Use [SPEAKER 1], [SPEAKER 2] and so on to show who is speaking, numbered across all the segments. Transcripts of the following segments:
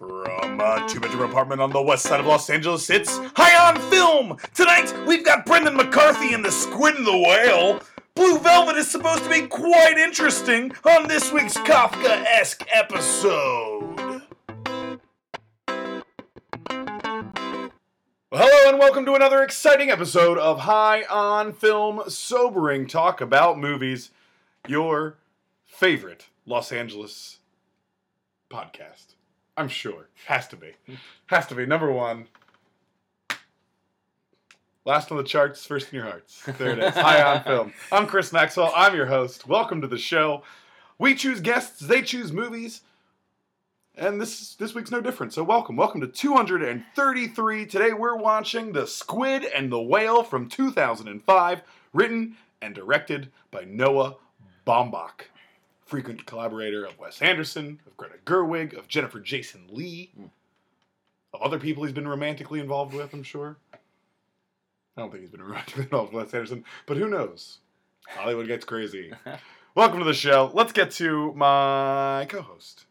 [SPEAKER 1] a uh, two bedroom apartment on the west side of Los Angeles. It's High on Film! Tonight, we've got Brendan McCarthy in The Squid and the Whale. Blue Velvet is supposed to be quite interesting on this week's Kafka esque episode. Well, hello and welcome to another exciting episode of High on Film Sobering Talk About Movies, your favorite Los Angeles podcast. I'm sure. Has to be. Has to be. Number one. Last on the charts, first in your hearts. There it is. High on film. I'm Chris Maxwell. I'm your host. Welcome to the show. We choose guests, they choose movies. And this this week's no different. So welcome. Welcome to 233. Today we're watching The Squid and the Whale from 2005, written and directed by Noah Baumbach frequent collaborator of Wes Anderson, of Greta Gerwig, of Jennifer Jason Lee, of other people he's been romantically involved with, I'm sure. I don't think he's been romantically involved with Wes Anderson, but who knows? Hollywood gets crazy. Welcome to the show. Let's get to my co host.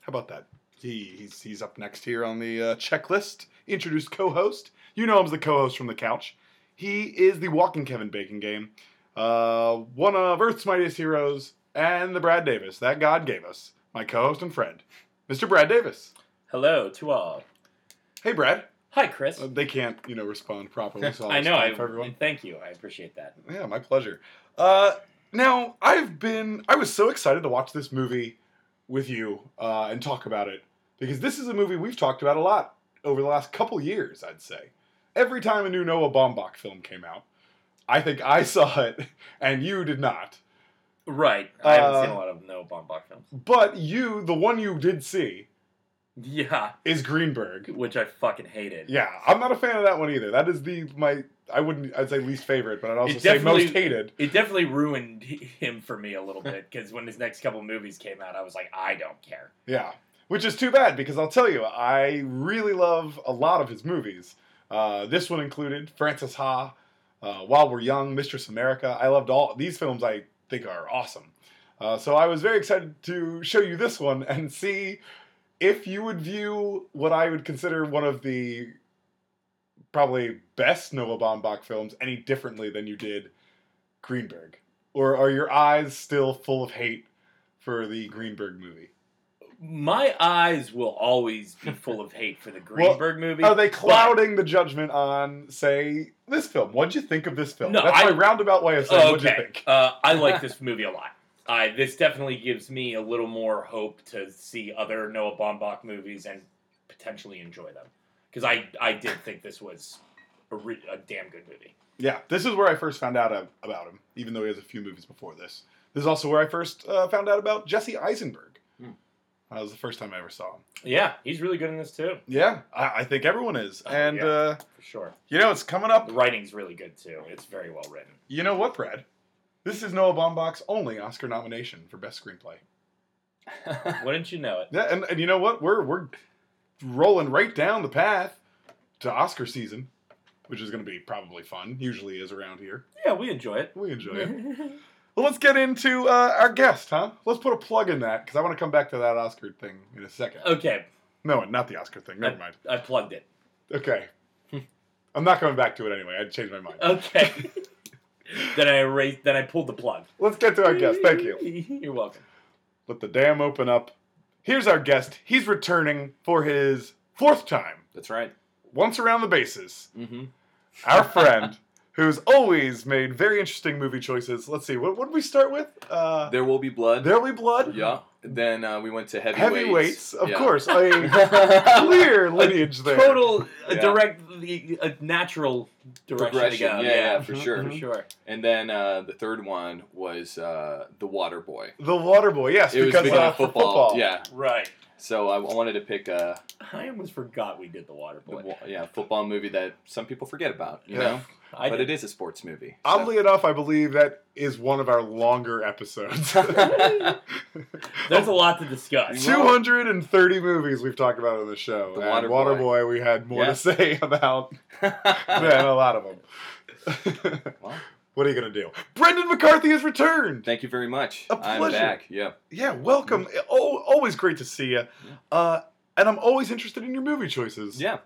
[SPEAKER 1] How about that? He, he's, he's up next here on the uh, checklist. Introduced co host. You know him as the co host from the couch. He is the walking Kevin Bacon game uh, one of Earth's mightiest heroes, and the Brad Davis that God gave us, my co-host and friend, Mr. Brad Davis.
[SPEAKER 2] Hello to all.
[SPEAKER 1] Hey, Brad.
[SPEAKER 2] Hi, Chris.
[SPEAKER 1] Uh, they can't, you know, respond properly. So I'll
[SPEAKER 2] I know.
[SPEAKER 1] respond
[SPEAKER 2] I
[SPEAKER 1] for everyone.
[SPEAKER 2] thank you. I appreciate that.
[SPEAKER 1] Yeah, my pleasure. Uh, now I've been. I was so excited to watch this movie with you uh, and talk about it because this is a movie we've talked about a lot over the last couple years. I'd say every time a new Noah Baumbach film came out, I think I saw it and you did not.
[SPEAKER 2] Right. I haven't seen
[SPEAKER 1] Uh,
[SPEAKER 2] a lot of no Bombach films.
[SPEAKER 1] But you, the one you did see,
[SPEAKER 2] Yeah,
[SPEAKER 1] is Greenberg.
[SPEAKER 2] which I fucking hated.
[SPEAKER 1] Yeah, I'm not a fan of that one either. That is the my I wouldn't I'd say least favorite, but I'd also
[SPEAKER 2] It
[SPEAKER 1] say
[SPEAKER 2] definitely-
[SPEAKER 1] most hated.
[SPEAKER 2] It definitely ruined h- him for me a little bit because when his next couple movies came out, I was like, I don't care.
[SPEAKER 1] Yeah, which is too bad because I'll tell you, I really love a lot of his movies. Uh, this one included Francis Ha, uh, While We're Young, Mistress America. I loved all these films. I think are awesome. Uh, so I was very excited to show you this one and see if you would view what I would consider one of the probably best Noah Baumbach films any differently than you did Greenberg. Or are your eyes still full of hate for the Greenberg movie?
[SPEAKER 2] My eyes will always be full of hate for the Greenberg movie.
[SPEAKER 1] Are they clouding the judgment on, say, this film? What'd you think of this film?
[SPEAKER 2] No,
[SPEAKER 1] That's
[SPEAKER 2] I-
[SPEAKER 1] my roundabout way of saying what'd you
[SPEAKER 2] okay.
[SPEAKER 1] think.
[SPEAKER 2] Uh, I like this movie a lot. I this definitely gives me a little more hope to see other Noah Baumbach movies and potentially enjoy them because I I did think this was a, re- a damn good movie.
[SPEAKER 1] Yeah, this is where I first found out ab- about him, even though he has a few movies before this. This is also where I first uh, found out about Jesse Eisenberg.
[SPEAKER 3] Hmm.
[SPEAKER 1] That was the first time I ever saw him.
[SPEAKER 2] Yeah, he's really good in this too,
[SPEAKER 1] Yeah, I, I think everyone is.
[SPEAKER 2] Oh,
[SPEAKER 1] And,
[SPEAKER 2] yeah.
[SPEAKER 1] uh,
[SPEAKER 2] for sure.
[SPEAKER 1] you know, it's coming up.
[SPEAKER 2] The writing's really good too. It's very well written.
[SPEAKER 1] You know what, Brad? This is Noah Baumbach's only Oscar nomination for Best Screenplay.
[SPEAKER 2] Wouldn't you know it?
[SPEAKER 1] Yeah, and, and you know what? We're we're rolling right down the path to Oscar season, which is going to be probably fun. Usually is around here.
[SPEAKER 2] Yeah, we enjoy it.
[SPEAKER 1] We enjoy it. well, let's get into uh, our guest, huh? Let's put a plug in that because I want to come back to that Oscar thing in a second.
[SPEAKER 2] okay,
[SPEAKER 1] no, not the Oscar thing. Never mind.
[SPEAKER 2] I plugged it.
[SPEAKER 1] Okay. I'm not coming back to it anyway. I changed my mind.
[SPEAKER 2] Okay. then I erased. Then I pulled the plug.
[SPEAKER 1] Let's get to our guest. Thank you.
[SPEAKER 2] You're welcome.
[SPEAKER 1] Let the dam open up. Here's our guest. He's returning for his fourth time,
[SPEAKER 3] That's right.
[SPEAKER 1] once around the bases.
[SPEAKER 3] Mm-hmm.
[SPEAKER 1] our friend who's always made very interesting movie choices. Let's see, what what did we start with? Uh,
[SPEAKER 3] There will be blood.
[SPEAKER 1] There'll Be Blood.
[SPEAKER 3] Yeah. Then uh, we went to
[SPEAKER 1] Heavyweights,
[SPEAKER 3] heavyweights.
[SPEAKER 1] of
[SPEAKER 3] Yeah.
[SPEAKER 1] course. A
[SPEAKER 3] Clear
[SPEAKER 1] clear lineage there.
[SPEAKER 2] Total a
[SPEAKER 3] Yeah.
[SPEAKER 2] direct, a natural direction to
[SPEAKER 3] progression.
[SPEAKER 2] go.
[SPEAKER 3] Yeah, yeah, for
[SPEAKER 1] Mhm,
[SPEAKER 3] sure.
[SPEAKER 2] for sure.
[SPEAKER 3] And then uh, the third one was uh, the Water Boy.
[SPEAKER 1] The Water Boy, yes,
[SPEAKER 3] It was
[SPEAKER 1] because
[SPEAKER 3] beginning
[SPEAKER 1] uh,
[SPEAKER 3] of
[SPEAKER 1] for
[SPEAKER 3] football.
[SPEAKER 1] football.
[SPEAKER 3] Yeah.
[SPEAKER 2] Right.
[SPEAKER 3] So I, I wanted to pick a
[SPEAKER 2] I almost forgot we did the Water
[SPEAKER 3] the,
[SPEAKER 2] Boy.
[SPEAKER 3] wa- yeah football movie that some people forget about. You
[SPEAKER 1] Yeah.
[SPEAKER 3] know,
[SPEAKER 2] I
[SPEAKER 3] but
[SPEAKER 2] did.
[SPEAKER 3] it is a sports movie. so-
[SPEAKER 1] Oddly enough, I believe that is one of our longer episodes.
[SPEAKER 2] There's a lot to discuss.
[SPEAKER 3] You-
[SPEAKER 1] 230 movies we've talked about on the show.
[SPEAKER 3] The
[SPEAKER 1] and
[SPEAKER 3] Water
[SPEAKER 1] Water Boy, we had more
[SPEAKER 3] Yeah.
[SPEAKER 1] to say about than a lot of them.
[SPEAKER 3] Well,
[SPEAKER 1] what are you going to do? Brendan McCarthy has returned.
[SPEAKER 3] thank you very much.
[SPEAKER 1] A
[SPEAKER 3] I'm
[SPEAKER 1] pleasure.
[SPEAKER 3] back. Yeah.
[SPEAKER 1] Yeah, welcome. Oh, always great to see you. Uh, and I'm always interested in your movie choices.
[SPEAKER 3] Yeah.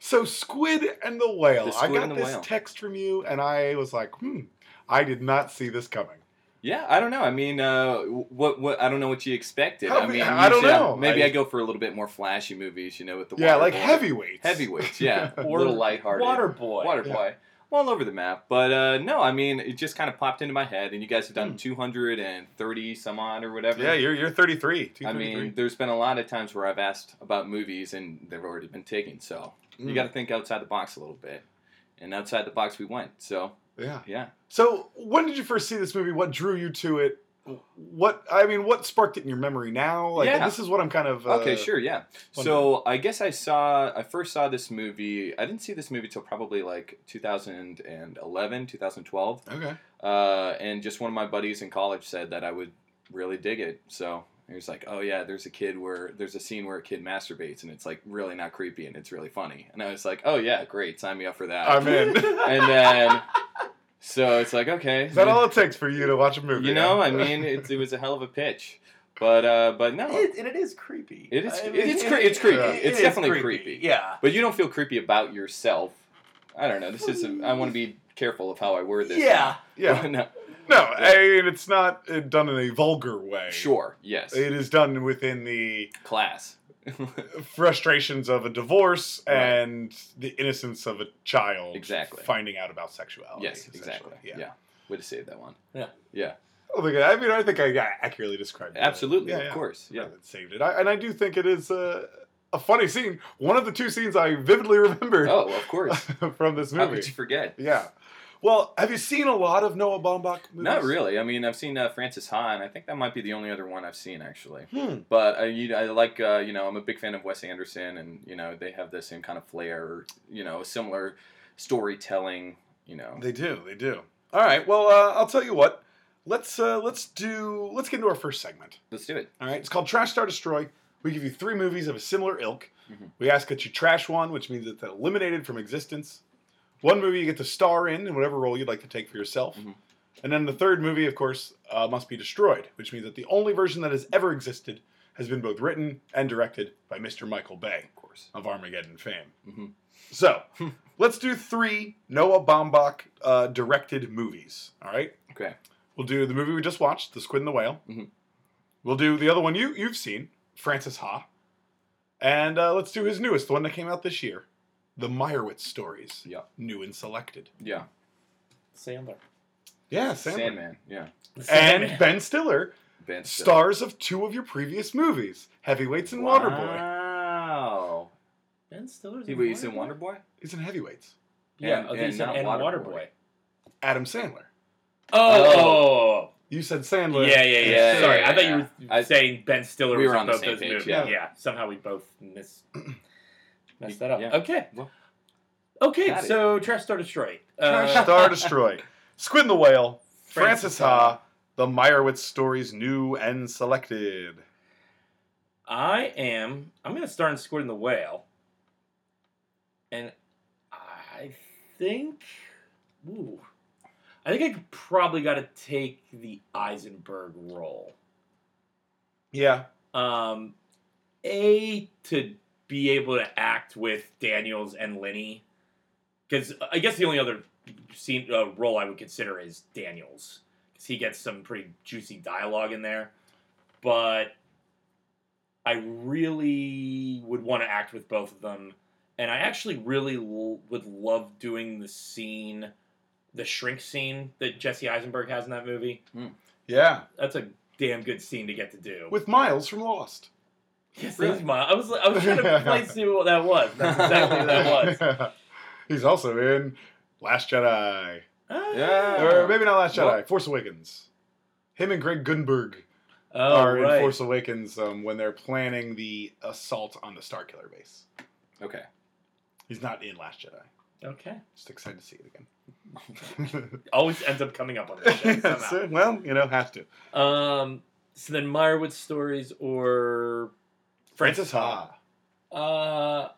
[SPEAKER 1] So Squid and the Whale.
[SPEAKER 3] The Squid
[SPEAKER 1] I got
[SPEAKER 3] and the
[SPEAKER 1] this
[SPEAKER 3] Whale.
[SPEAKER 1] text from you, and I was like, hmm, I did not see this coming.
[SPEAKER 3] Yeah, I don't know. I mean, uh, what what I don't know what you expected.
[SPEAKER 1] How
[SPEAKER 3] I
[SPEAKER 1] be-
[SPEAKER 3] mean,
[SPEAKER 1] I don't
[SPEAKER 3] usually
[SPEAKER 1] know.
[SPEAKER 3] Maybe
[SPEAKER 1] I-
[SPEAKER 3] I, go for a little bit more flashy movies, you know, with the
[SPEAKER 1] yeah, like
[SPEAKER 3] Waterboy.
[SPEAKER 1] heavyweights.
[SPEAKER 3] heavyweights, yeah, a
[SPEAKER 2] Or
[SPEAKER 3] little lighthearted.
[SPEAKER 2] Waterboy.
[SPEAKER 3] Water
[SPEAKER 1] Yeah.
[SPEAKER 3] boy. I'm all over the map, but uh, no, I mean, it just kind of popped into my head, and you guys have done
[SPEAKER 1] Hmm.
[SPEAKER 3] 230 some odd or whatever.
[SPEAKER 1] Yeah, you're you're 33.
[SPEAKER 3] I mean,
[SPEAKER 1] 233.
[SPEAKER 3] there's been a lot of times where I've asked about movies and they've already been taken. So you
[SPEAKER 1] Mm,
[SPEAKER 3] got to think outside the box a little bit, and outside the box we went. So
[SPEAKER 1] yeah.
[SPEAKER 3] yeah,
[SPEAKER 1] So when did you first see this movie? What drew you to it? What I mean, what sparked it in your memory now? Like
[SPEAKER 3] Yeah.
[SPEAKER 1] this is what I'm kind of uh,
[SPEAKER 3] okay, sure, yeah. So I guess I saw I first saw this movie. I didn't see this movie till probably like 2011, 2012,
[SPEAKER 1] Okay,
[SPEAKER 3] uh, and just one of my buddies in college said that I would really dig it. So. He was like, "Oh yeah, there's a kid where there's a scene where a kid masturbates, and it's like really not creepy, and it's really funny." And I was like, "Oh yeah, great, sign me up for that."
[SPEAKER 1] I'm in.
[SPEAKER 3] and then so it's like okay
[SPEAKER 1] Is that all it takes for you to watch a movie?
[SPEAKER 3] you know
[SPEAKER 1] huh?
[SPEAKER 3] i mean it, it was a hell of a pitch but uh but no
[SPEAKER 2] It- and it is creepy.
[SPEAKER 3] It is-
[SPEAKER 2] I mean,
[SPEAKER 3] it's cre- it's creepy.
[SPEAKER 1] Yeah.
[SPEAKER 3] It's
[SPEAKER 2] is
[SPEAKER 3] definitely creepy.
[SPEAKER 2] Yeah.
[SPEAKER 3] but you don't feel creepy about yourself i don't know this is a, i want to be careful of how i word this
[SPEAKER 2] Yeah.
[SPEAKER 1] yeah.
[SPEAKER 3] no,
[SPEAKER 1] No, I mean it's not uh, done in a vulgar way.
[SPEAKER 3] sure yes
[SPEAKER 1] It is done within the
[SPEAKER 3] class
[SPEAKER 1] frustrations of a divorce
[SPEAKER 3] Right.
[SPEAKER 1] and the innocence of a child
[SPEAKER 3] Exactly.
[SPEAKER 1] finding out about sexuality.
[SPEAKER 3] yes
[SPEAKER 1] essentially.
[SPEAKER 3] exactly yeah.
[SPEAKER 1] Yeah.
[SPEAKER 3] way to save that one
[SPEAKER 1] I don't think I, I mean, I think I accurately described it.
[SPEAKER 3] absolutely
[SPEAKER 1] Yeah,
[SPEAKER 3] of
[SPEAKER 1] yeah.
[SPEAKER 3] course yeah
[SPEAKER 1] that saved it. I, and I do think it is a, a funny scene. One of the two scenes I vividly remember
[SPEAKER 3] oh of course
[SPEAKER 1] from this
[SPEAKER 3] how could you
[SPEAKER 1] movie.
[SPEAKER 3] forget
[SPEAKER 1] Yeah. Well, have you seen a lot of Noah Baumbach movies?
[SPEAKER 3] not really i mean i've seen uh, francis ha and i think that might be the only other one i've seen actually
[SPEAKER 1] Hmm.
[SPEAKER 3] But I, you, I like, uh, you know, I'm a big fan of Wes Anderson, and you know, they have the same kind of flair, you know, similar storytelling, you know.
[SPEAKER 1] They do. They do. All right. Well, uh, I'll tell you what. Let's uh, let's do let's get into our first segment.
[SPEAKER 3] Let's do it.
[SPEAKER 1] All right. It's called Trash Star Destroy. We give you three movies of a similar ilk.
[SPEAKER 3] Mhm.
[SPEAKER 1] We ask that you trash one, which means it's eliminated from existence. One movie you get to star in, in whatever role you'd like to take for yourself.
[SPEAKER 3] Mhm.
[SPEAKER 1] And then the third movie, of course, uh, must be destroyed, which means that the only version that has ever existed has been both written and directed by Mr. Michael Bay
[SPEAKER 3] Of course.
[SPEAKER 1] of Armageddon fame.
[SPEAKER 3] Mhm.
[SPEAKER 1] So let's do three Noah Baumbach uh, directed movies. All right.
[SPEAKER 3] Okay.
[SPEAKER 1] We'll do the movie we just watched, The Squid and the Whale.
[SPEAKER 3] Mhm.
[SPEAKER 1] We'll do the other one you you've seen, Francis Ha, and uh, let's do his newest, the one that came out this year, The Meyerowitz Stories.
[SPEAKER 3] Yeah.
[SPEAKER 1] New and selected.
[SPEAKER 3] Yeah.
[SPEAKER 2] Sandler.
[SPEAKER 1] Yeah, Sandler.
[SPEAKER 3] Sandman. Yeah.
[SPEAKER 1] And
[SPEAKER 2] Sandman.
[SPEAKER 1] Ben Stiller,
[SPEAKER 3] Ben Stiller.
[SPEAKER 1] stars of two of your previous movies, Heavyweights and Waterboy.
[SPEAKER 3] Wow.
[SPEAKER 2] Ben Stiller's
[SPEAKER 3] He was in Wonderboy.
[SPEAKER 1] He's in Heavyweights.
[SPEAKER 2] Yeah,
[SPEAKER 3] And-
[SPEAKER 2] oh,
[SPEAKER 3] and
[SPEAKER 2] he's in
[SPEAKER 3] not
[SPEAKER 2] and
[SPEAKER 3] Waterboy.
[SPEAKER 2] Waterboy.
[SPEAKER 1] Adam Sandler.
[SPEAKER 2] Oh,
[SPEAKER 1] You said
[SPEAKER 2] oh,
[SPEAKER 1] Sandler.
[SPEAKER 2] yeah, yeah, yeah.
[SPEAKER 3] Yeah,
[SPEAKER 2] Sorry,
[SPEAKER 3] yeah,
[SPEAKER 2] I thought
[SPEAKER 3] yeah.
[SPEAKER 2] you were
[SPEAKER 3] I-
[SPEAKER 2] saying Ben Stiller
[SPEAKER 3] We
[SPEAKER 2] was
[SPEAKER 3] were on
[SPEAKER 2] in
[SPEAKER 3] the
[SPEAKER 2] both
[SPEAKER 3] same
[SPEAKER 2] those
[SPEAKER 3] page,
[SPEAKER 2] movies.
[SPEAKER 1] yeah.
[SPEAKER 2] Yeah. somehow we both miss, messed that up.
[SPEAKER 3] Yeah.
[SPEAKER 2] Okay,
[SPEAKER 3] Well,
[SPEAKER 2] okay.
[SPEAKER 3] got it.
[SPEAKER 2] so Trash Uh, Star Destroy.
[SPEAKER 1] Trash Star Destroy. Squid and the Whale. Francis Ha. The Meyerowitz Stories, new and selected.
[SPEAKER 2] I am. I'm gonna start in Squid and the Whale, and I think, ooh, I think I could probably got to take the Eisenberg role.
[SPEAKER 1] Yeah.
[SPEAKER 2] Um, a to be able to act with Daniels and Lenny, because I guess the only other scene uh, role I would consider is Daniels, because he gets some pretty juicy dialogue in there. But I really would want to act with both of them, and I actually really l- would love doing the scene, the shrink scene that Jesse Eisenberg has in that movie.
[SPEAKER 1] Yeah.
[SPEAKER 2] That's a damn good scene to get to do.
[SPEAKER 1] With Miles from Lost.
[SPEAKER 2] Yes,
[SPEAKER 3] Really?
[SPEAKER 2] that was mine. I was I was trying to place you what that was. That's exactly what that was.
[SPEAKER 1] He's also in Last Jedi.
[SPEAKER 2] Ah.
[SPEAKER 3] Yeah.
[SPEAKER 1] Or maybe not Last Jedi,
[SPEAKER 3] What?
[SPEAKER 1] Force Awakens. Him and Greg Gunberg
[SPEAKER 2] Oh,
[SPEAKER 1] are
[SPEAKER 2] right.
[SPEAKER 1] in Force Awakens um, when they're planning the assault on the Starkiller base.
[SPEAKER 3] Okay.
[SPEAKER 1] He's not in Last Jedi.
[SPEAKER 2] Okay.
[SPEAKER 1] Just excited to see it again.
[SPEAKER 2] Always ends up coming up on this show somehow.
[SPEAKER 1] So, well, you know, have to.
[SPEAKER 2] Um. So then, Meyerwood stories or
[SPEAKER 1] Francis Ha.
[SPEAKER 2] Uh,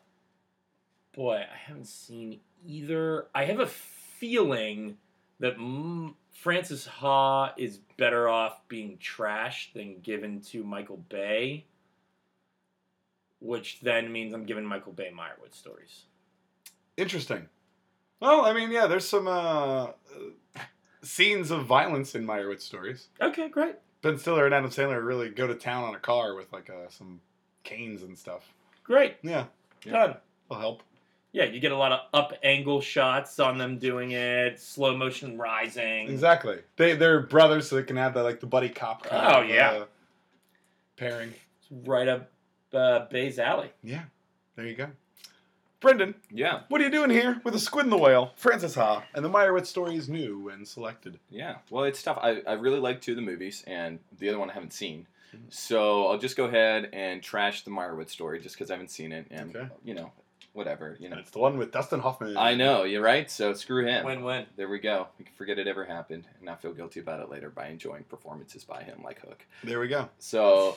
[SPEAKER 2] boy, I haven't seen either. I have a feeling that mm, Francis Ha is better off being trashed than given to Michael Bay. which then means I'm giving Michael Bay Meyerwood stories.
[SPEAKER 1] Interesting. Well, I mean, yeah, there's some uh, scenes of violence in Meyerowitz stories.
[SPEAKER 2] Okay, great.
[SPEAKER 1] Ben Stiller and Adam Sandler really go to town on a car with like uh, some canes and stuff.
[SPEAKER 2] Great.
[SPEAKER 1] Yeah,
[SPEAKER 3] Yeah.
[SPEAKER 2] Done.
[SPEAKER 1] will help.
[SPEAKER 2] Yeah, you get a lot of up angle shots on them doing it, slow motion rising.
[SPEAKER 1] Exactly. They they're brothers, so they can have that like the buddy cop.
[SPEAKER 2] Oh, yeah.
[SPEAKER 1] uh, pairing.
[SPEAKER 2] It's right up uh, Bay's alley.
[SPEAKER 1] Yeah, there you go. Brendan,
[SPEAKER 3] Yeah,
[SPEAKER 1] what are you doing here with a squid in the whale, Francis Ha, and the Meyerowitz stories new and selected?
[SPEAKER 3] yeah. Well, it's tough. I, I really like two of the movies, and the other one I haven't seen.
[SPEAKER 1] Mhm.
[SPEAKER 3] So I'll just go ahead and trash the Meyerwood story just because I haven't seen it, and
[SPEAKER 1] Okay.
[SPEAKER 3] you know, whatever. You
[SPEAKER 1] And
[SPEAKER 3] know,
[SPEAKER 1] it's the one with Dustin Hoffman.
[SPEAKER 3] I know you're right. So screw him.
[SPEAKER 2] Win win.
[SPEAKER 3] There we go. We can forget it ever happened and not feel guilty about it later by enjoying performances by him like Hook.
[SPEAKER 1] There we go.
[SPEAKER 3] So,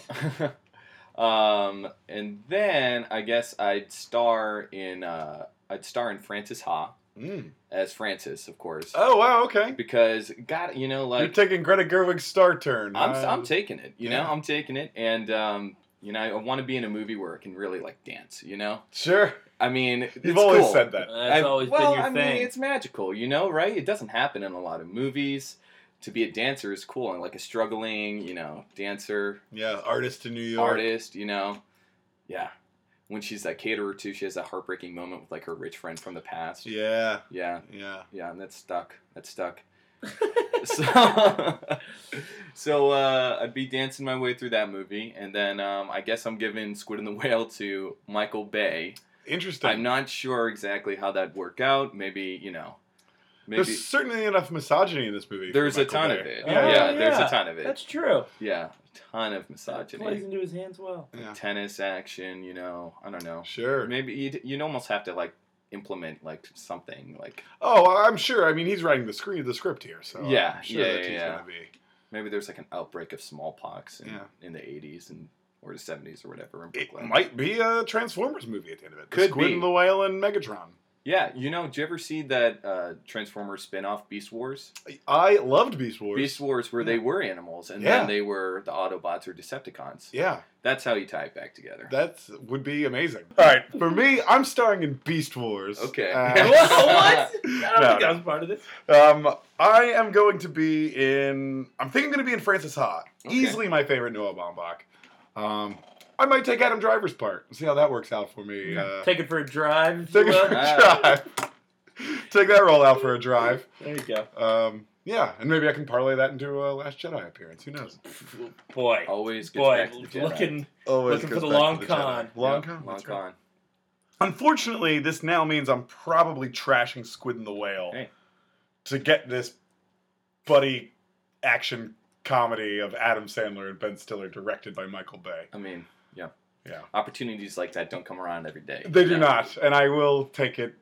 [SPEAKER 3] um, and then I guess I'd star in uh, I'd star in Francis Ha
[SPEAKER 1] Mm.
[SPEAKER 3] as Francis, of course,
[SPEAKER 1] Oh wow, okay.
[SPEAKER 3] because God, you know,
[SPEAKER 1] You're
[SPEAKER 3] like
[SPEAKER 1] taking Greta Gerwig's star turn. Uh,
[SPEAKER 3] I'm
[SPEAKER 1] huh?
[SPEAKER 3] I'm taking it. You know,
[SPEAKER 1] yeah.
[SPEAKER 3] I'm taking it, and um, you know, I want to be in a movie where I can really like dance. You know,
[SPEAKER 1] sure.
[SPEAKER 3] I mean,
[SPEAKER 1] You've always
[SPEAKER 3] cool.
[SPEAKER 1] said that.
[SPEAKER 2] That's
[SPEAKER 3] I've-
[SPEAKER 2] always
[SPEAKER 3] well,
[SPEAKER 2] been your
[SPEAKER 3] I
[SPEAKER 2] thing.
[SPEAKER 3] mean, it's magical, you know, right? It doesn't happen in a lot of movies. To be a dancer is cool, and like a struggling, you know, dancer
[SPEAKER 1] Yeah, artist in New York.
[SPEAKER 3] artist, you know, yeah. When she's that caterer too, she has that heartbreaking moment with like her rich friend from the past. Yeah,
[SPEAKER 1] Yeah,
[SPEAKER 3] yeah,
[SPEAKER 1] yeah.
[SPEAKER 3] and that's stuck. That's stuck. so, so uh, I'd be dancing my way through that movie, and then um, I guess I'm giving Squid and the Whale to Michael Bay.
[SPEAKER 1] Interesting.
[SPEAKER 3] I'm not sure exactly how that'd work out. Maybe you know, maybe
[SPEAKER 1] There's certainly enough misogyny in this movie. for
[SPEAKER 3] there's a
[SPEAKER 1] Michael
[SPEAKER 3] ton
[SPEAKER 1] Bay.
[SPEAKER 3] of it.
[SPEAKER 2] Oh,
[SPEAKER 3] Yeah, there's
[SPEAKER 2] yeah.
[SPEAKER 3] a ton of it.
[SPEAKER 2] That's true.
[SPEAKER 3] Yeah, a ton of
[SPEAKER 2] That plays
[SPEAKER 3] misogyny,
[SPEAKER 2] into his hands well.
[SPEAKER 1] Yeah.
[SPEAKER 3] tennis action. You know, I don't know.
[SPEAKER 1] Sure.
[SPEAKER 3] Maybe you'd, you'd almost have to like implement like something like
[SPEAKER 1] Oh, I'm sure. I mean, he's writing the screen, the script here, so
[SPEAKER 3] Yeah,
[SPEAKER 1] I'm sure
[SPEAKER 3] yeah,
[SPEAKER 1] that
[SPEAKER 3] yeah,
[SPEAKER 1] he's
[SPEAKER 3] yeah.
[SPEAKER 1] gonna be.
[SPEAKER 3] maybe there's like an outbreak of smallpox in,
[SPEAKER 1] Yeah.
[SPEAKER 3] in the 80s and or the 70s or whatever in
[SPEAKER 1] It
[SPEAKER 3] Brooklyn.
[SPEAKER 1] might be a Transformers movie at the end of it. The
[SPEAKER 3] Could
[SPEAKER 1] Squid
[SPEAKER 3] be.
[SPEAKER 1] and the Whale and Megatron.
[SPEAKER 3] Yeah, you know, did you ever see that uh, Transformers spin-off Beast Wars?
[SPEAKER 1] I loved Beast Wars.
[SPEAKER 3] Beast Wars where they were animals and
[SPEAKER 1] Yeah.
[SPEAKER 3] then they were the Autobots or Decepticons.
[SPEAKER 1] Yeah,
[SPEAKER 3] That's how you tie it back together.
[SPEAKER 1] that would be amazing. All right, for me, I'm starring in Beast Wars.
[SPEAKER 3] Okay.
[SPEAKER 1] Uh,
[SPEAKER 2] what? I don't
[SPEAKER 1] No,
[SPEAKER 2] think
[SPEAKER 1] no.
[SPEAKER 2] I was part of this.
[SPEAKER 1] Um, I am going to be in. I'm thinking I'm going to be in Francis Ha.
[SPEAKER 3] Okay.
[SPEAKER 1] Easily my favorite Noah Baumbach. Um, I might take Adam Driver's part. and See how that works out for me. Uh,
[SPEAKER 2] Take it for a drive. if
[SPEAKER 1] take
[SPEAKER 2] you
[SPEAKER 1] it for
[SPEAKER 2] will.
[SPEAKER 1] a drive. take that roll out for a drive.
[SPEAKER 2] there you go.
[SPEAKER 1] Um, yeah, and maybe I can parlay that into a Last Jedi appearance. Who knows?
[SPEAKER 2] Boy.
[SPEAKER 3] Always gets
[SPEAKER 2] Boy,
[SPEAKER 3] back to the Jedi.
[SPEAKER 2] looking.
[SPEAKER 1] Always
[SPEAKER 2] Looking
[SPEAKER 1] goes
[SPEAKER 2] for the
[SPEAKER 1] back to
[SPEAKER 2] long
[SPEAKER 1] Jedi.
[SPEAKER 2] con.
[SPEAKER 1] Long
[SPEAKER 3] Yep,
[SPEAKER 1] con.
[SPEAKER 3] Long
[SPEAKER 1] that's right.
[SPEAKER 3] con.
[SPEAKER 1] Unfortunately, this now means I'm probably trashing Squid and the Whale
[SPEAKER 3] Hey.
[SPEAKER 1] to get this buddy action comedy of Adam Sandler and Ben Stiller directed by Michael Bay.
[SPEAKER 3] I mean, yeah.
[SPEAKER 1] Yeah.
[SPEAKER 3] Opportunities like that don't come around every day.
[SPEAKER 1] They do
[SPEAKER 3] Yeah.
[SPEAKER 1] not, and I will take it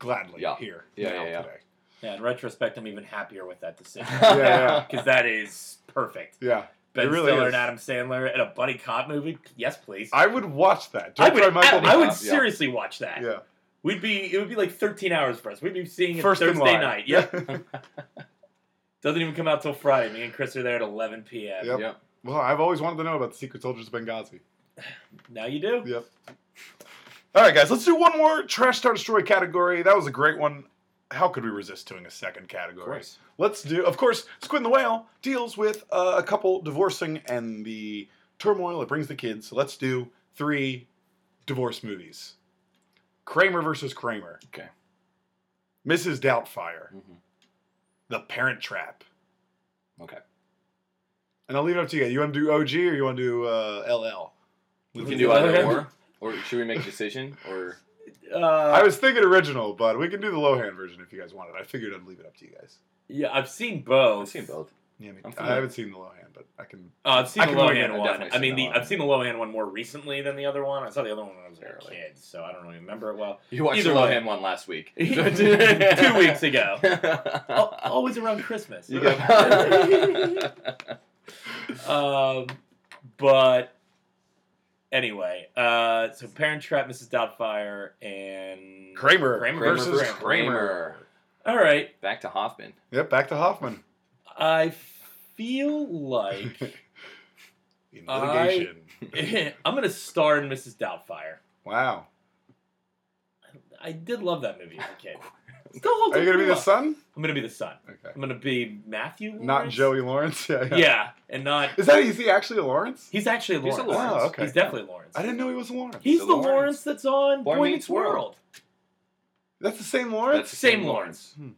[SPEAKER 1] gladly
[SPEAKER 3] Yeah.
[SPEAKER 1] here
[SPEAKER 3] Yeah,
[SPEAKER 1] now
[SPEAKER 3] yeah, yeah.
[SPEAKER 1] today.
[SPEAKER 2] Yeah, in retrospect, I'm even happier with that decision.
[SPEAKER 1] Yeah, yeah.
[SPEAKER 2] Because that is perfect.
[SPEAKER 1] Yeah,
[SPEAKER 2] Ben
[SPEAKER 1] It really
[SPEAKER 2] Stiller
[SPEAKER 1] is.
[SPEAKER 2] and Adam Sandler in a buddy cop movie? Yes, please.
[SPEAKER 1] I would watch that.
[SPEAKER 2] I
[SPEAKER 1] Directed
[SPEAKER 2] would,
[SPEAKER 1] by Michael
[SPEAKER 2] I, I
[SPEAKER 1] Bay.
[SPEAKER 2] would
[SPEAKER 3] Yeah.
[SPEAKER 2] seriously watch that.
[SPEAKER 1] Yeah,
[SPEAKER 2] We'd be it would be like 13 hours for us. We'd be seeing it
[SPEAKER 1] first in
[SPEAKER 2] Thursday
[SPEAKER 1] line.
[SPEAKER 2] night. Yep. Doesn't even come out till Friday. Me and Chris are there at 11 p.m.
[SPEAKER 1] Yep.
[SPEAKER 3] Yep.
[SPEAKER 1] well, I've always wanted to know about the Secret Soldiers of Benghazi.
[SPEAKER 2] Now you do.
[SPEAKER 1] Yep. All right, guys, let's do one more trash star destroy category. That was a great one. How could we resist doing a second
[SPEAKER 3] Of
[SPEAKER 1] category?
[SPEAKER 3] course.
[SPEAKER 1] Let's do, of course, Squid and the Whale deals with uh, a couple divorcing and the turmoil it brings the kids. So let's do three divorce movies Kramer versus Kramer.
[SPEAKER 3] Okay.
[SPEAKER 1] Mrs. Doubtfire.
[SPEAKER 3] hmm
[SPEAKER 1] The Parent Trap.
[SPEAKER 3] Okay.
[SPEAKER 1] And I'll leave it up to you. guys. You want to do OG or you want to do uh, LL?
[SPEAKER 3] We
[SPEAKER 2] We can
[SPEAKER 3] can do
[SPEAKER 2] do
[SPEAKER 3] either
[SPEAKER 2] either.
[SPEAKER 3] or. Or should we make a decision? Or
[SPEAKER 2] Uh,
[SPEAKER 1] I was thinking original, but we can do the Lohan version if you guys want it. I figured I'd leave it up to you guys.
[SPEAKER 2] yeah, I've seen both.
[SPEAKER 3] I've seen both.
[SPEAKER 1] Yeah, I, mean,
[SPEAKER 3] I'm
[SPEAKER 1] I
[SPEAKER 3] familiar.
[SPEAKER 1] haven't seen the Lohan, but I can.
[SPEAKER 2] Uh, I've seen
[SPEAKER 1] I
[SPEAKER 2] the
[SPEAKER 1] can wing it.
[SPEAKER 2] Lohan
[SPEAKER 3] I've
[SPEAKER 2] one.
[SPEAKER 3] definitely
[SPEAKER 2] I mean, the,
[SPEAKER 3] seen the
[SPEAKER 2] I've seen the Lohan one more recently than the other one. I saw the other one when I was a
[SPEAKER 3] Barely.
[SPEAKER 2] kid, so I don't really remember it well.
[SPEAKER 3] You watched
[SPEAKER 2] Either
[SPEAKER 3] the
[SPEAKER 2] way.
[SPEAKER 3] Lohan one last week.
[SPEAKER 2] Two weeks Oh. ago. Al-
[SPEAKER 3] ago.
[SPEAKER 2] Always around Christmas.
[SPEAKER 3] You got
[SPEAKER 2] um, but anyway, uh, so Parent Trap, Mrs. Doubtfire, and
[SPEAKER 1] Kramer.
[SPEAKER 2] Kramer
[SPEAKER 1] versus
[SPEAKER 2] versus
[SPEAKER 1] Kramer.
[SPEAKER 3] Kramer.
[SPEAKER 2] All right,
[SPEAKER 3] Back to Hoffman.
[SPEAKER 1] Yep, back to Hoffman.
[SPEAKER 2] I feel like
[SPEAKER 1] In
[SPEAKER 2] I-
[SPEAKER 1] litigation.
[SPEAKER 2] I'm gonna star in Mrs. Doubtfire.
[SPEAKER 1] Wow.
[SPEAKER 2] I did love that movie as a kid. Still holds
[SPEAKER 1] Are you
[SPEAKER 2] up
[SPEAKER 1] gonna be
[SPEAKER 2] pretty
[SPEAKER 1] the
[SPEAKER 2] well.
[SPEAKER 1] son?
[SPEAKER 2] I'm gonna be the son.
[SPEAKER 1] Okay.
[SPEAKER 2] I'm gonna be Matthew.
[SPEAKER 1] Not
[SPEAKER 2] Lawrence?
[SPEAKER 1] Joey Lawrence. Yeah.
[SPEAKER 2] Yeah. and not.
[SPEAKER 1] Is that is he actually a Lawrence?
[SPEAKER 2] He's actually
[SPEAKER 3] He's
[SPEAKER 2] Lawrence.
[SPEAKER 3] a Lawrence.
[SPEAKER 1] Oh, okay.
[SPEAKER 2] He's definitely Lawrence.
[SPEAKER 1] I didn't know he was a Lawrence.
[SPEAKER 2] He's
[SPEAKER 3] The
[SPEAKER 2] the,
[SPEAKER 3] Lawrence.
[SPEAKER 2] Lawrence. that's on Boy Meets World.
[SPEAKER 1] That's the same Lawrence.
[SPEAKER 3] the
[SPEAKER 2] Same Lawrence.
[SPEAKER 1] Hmm.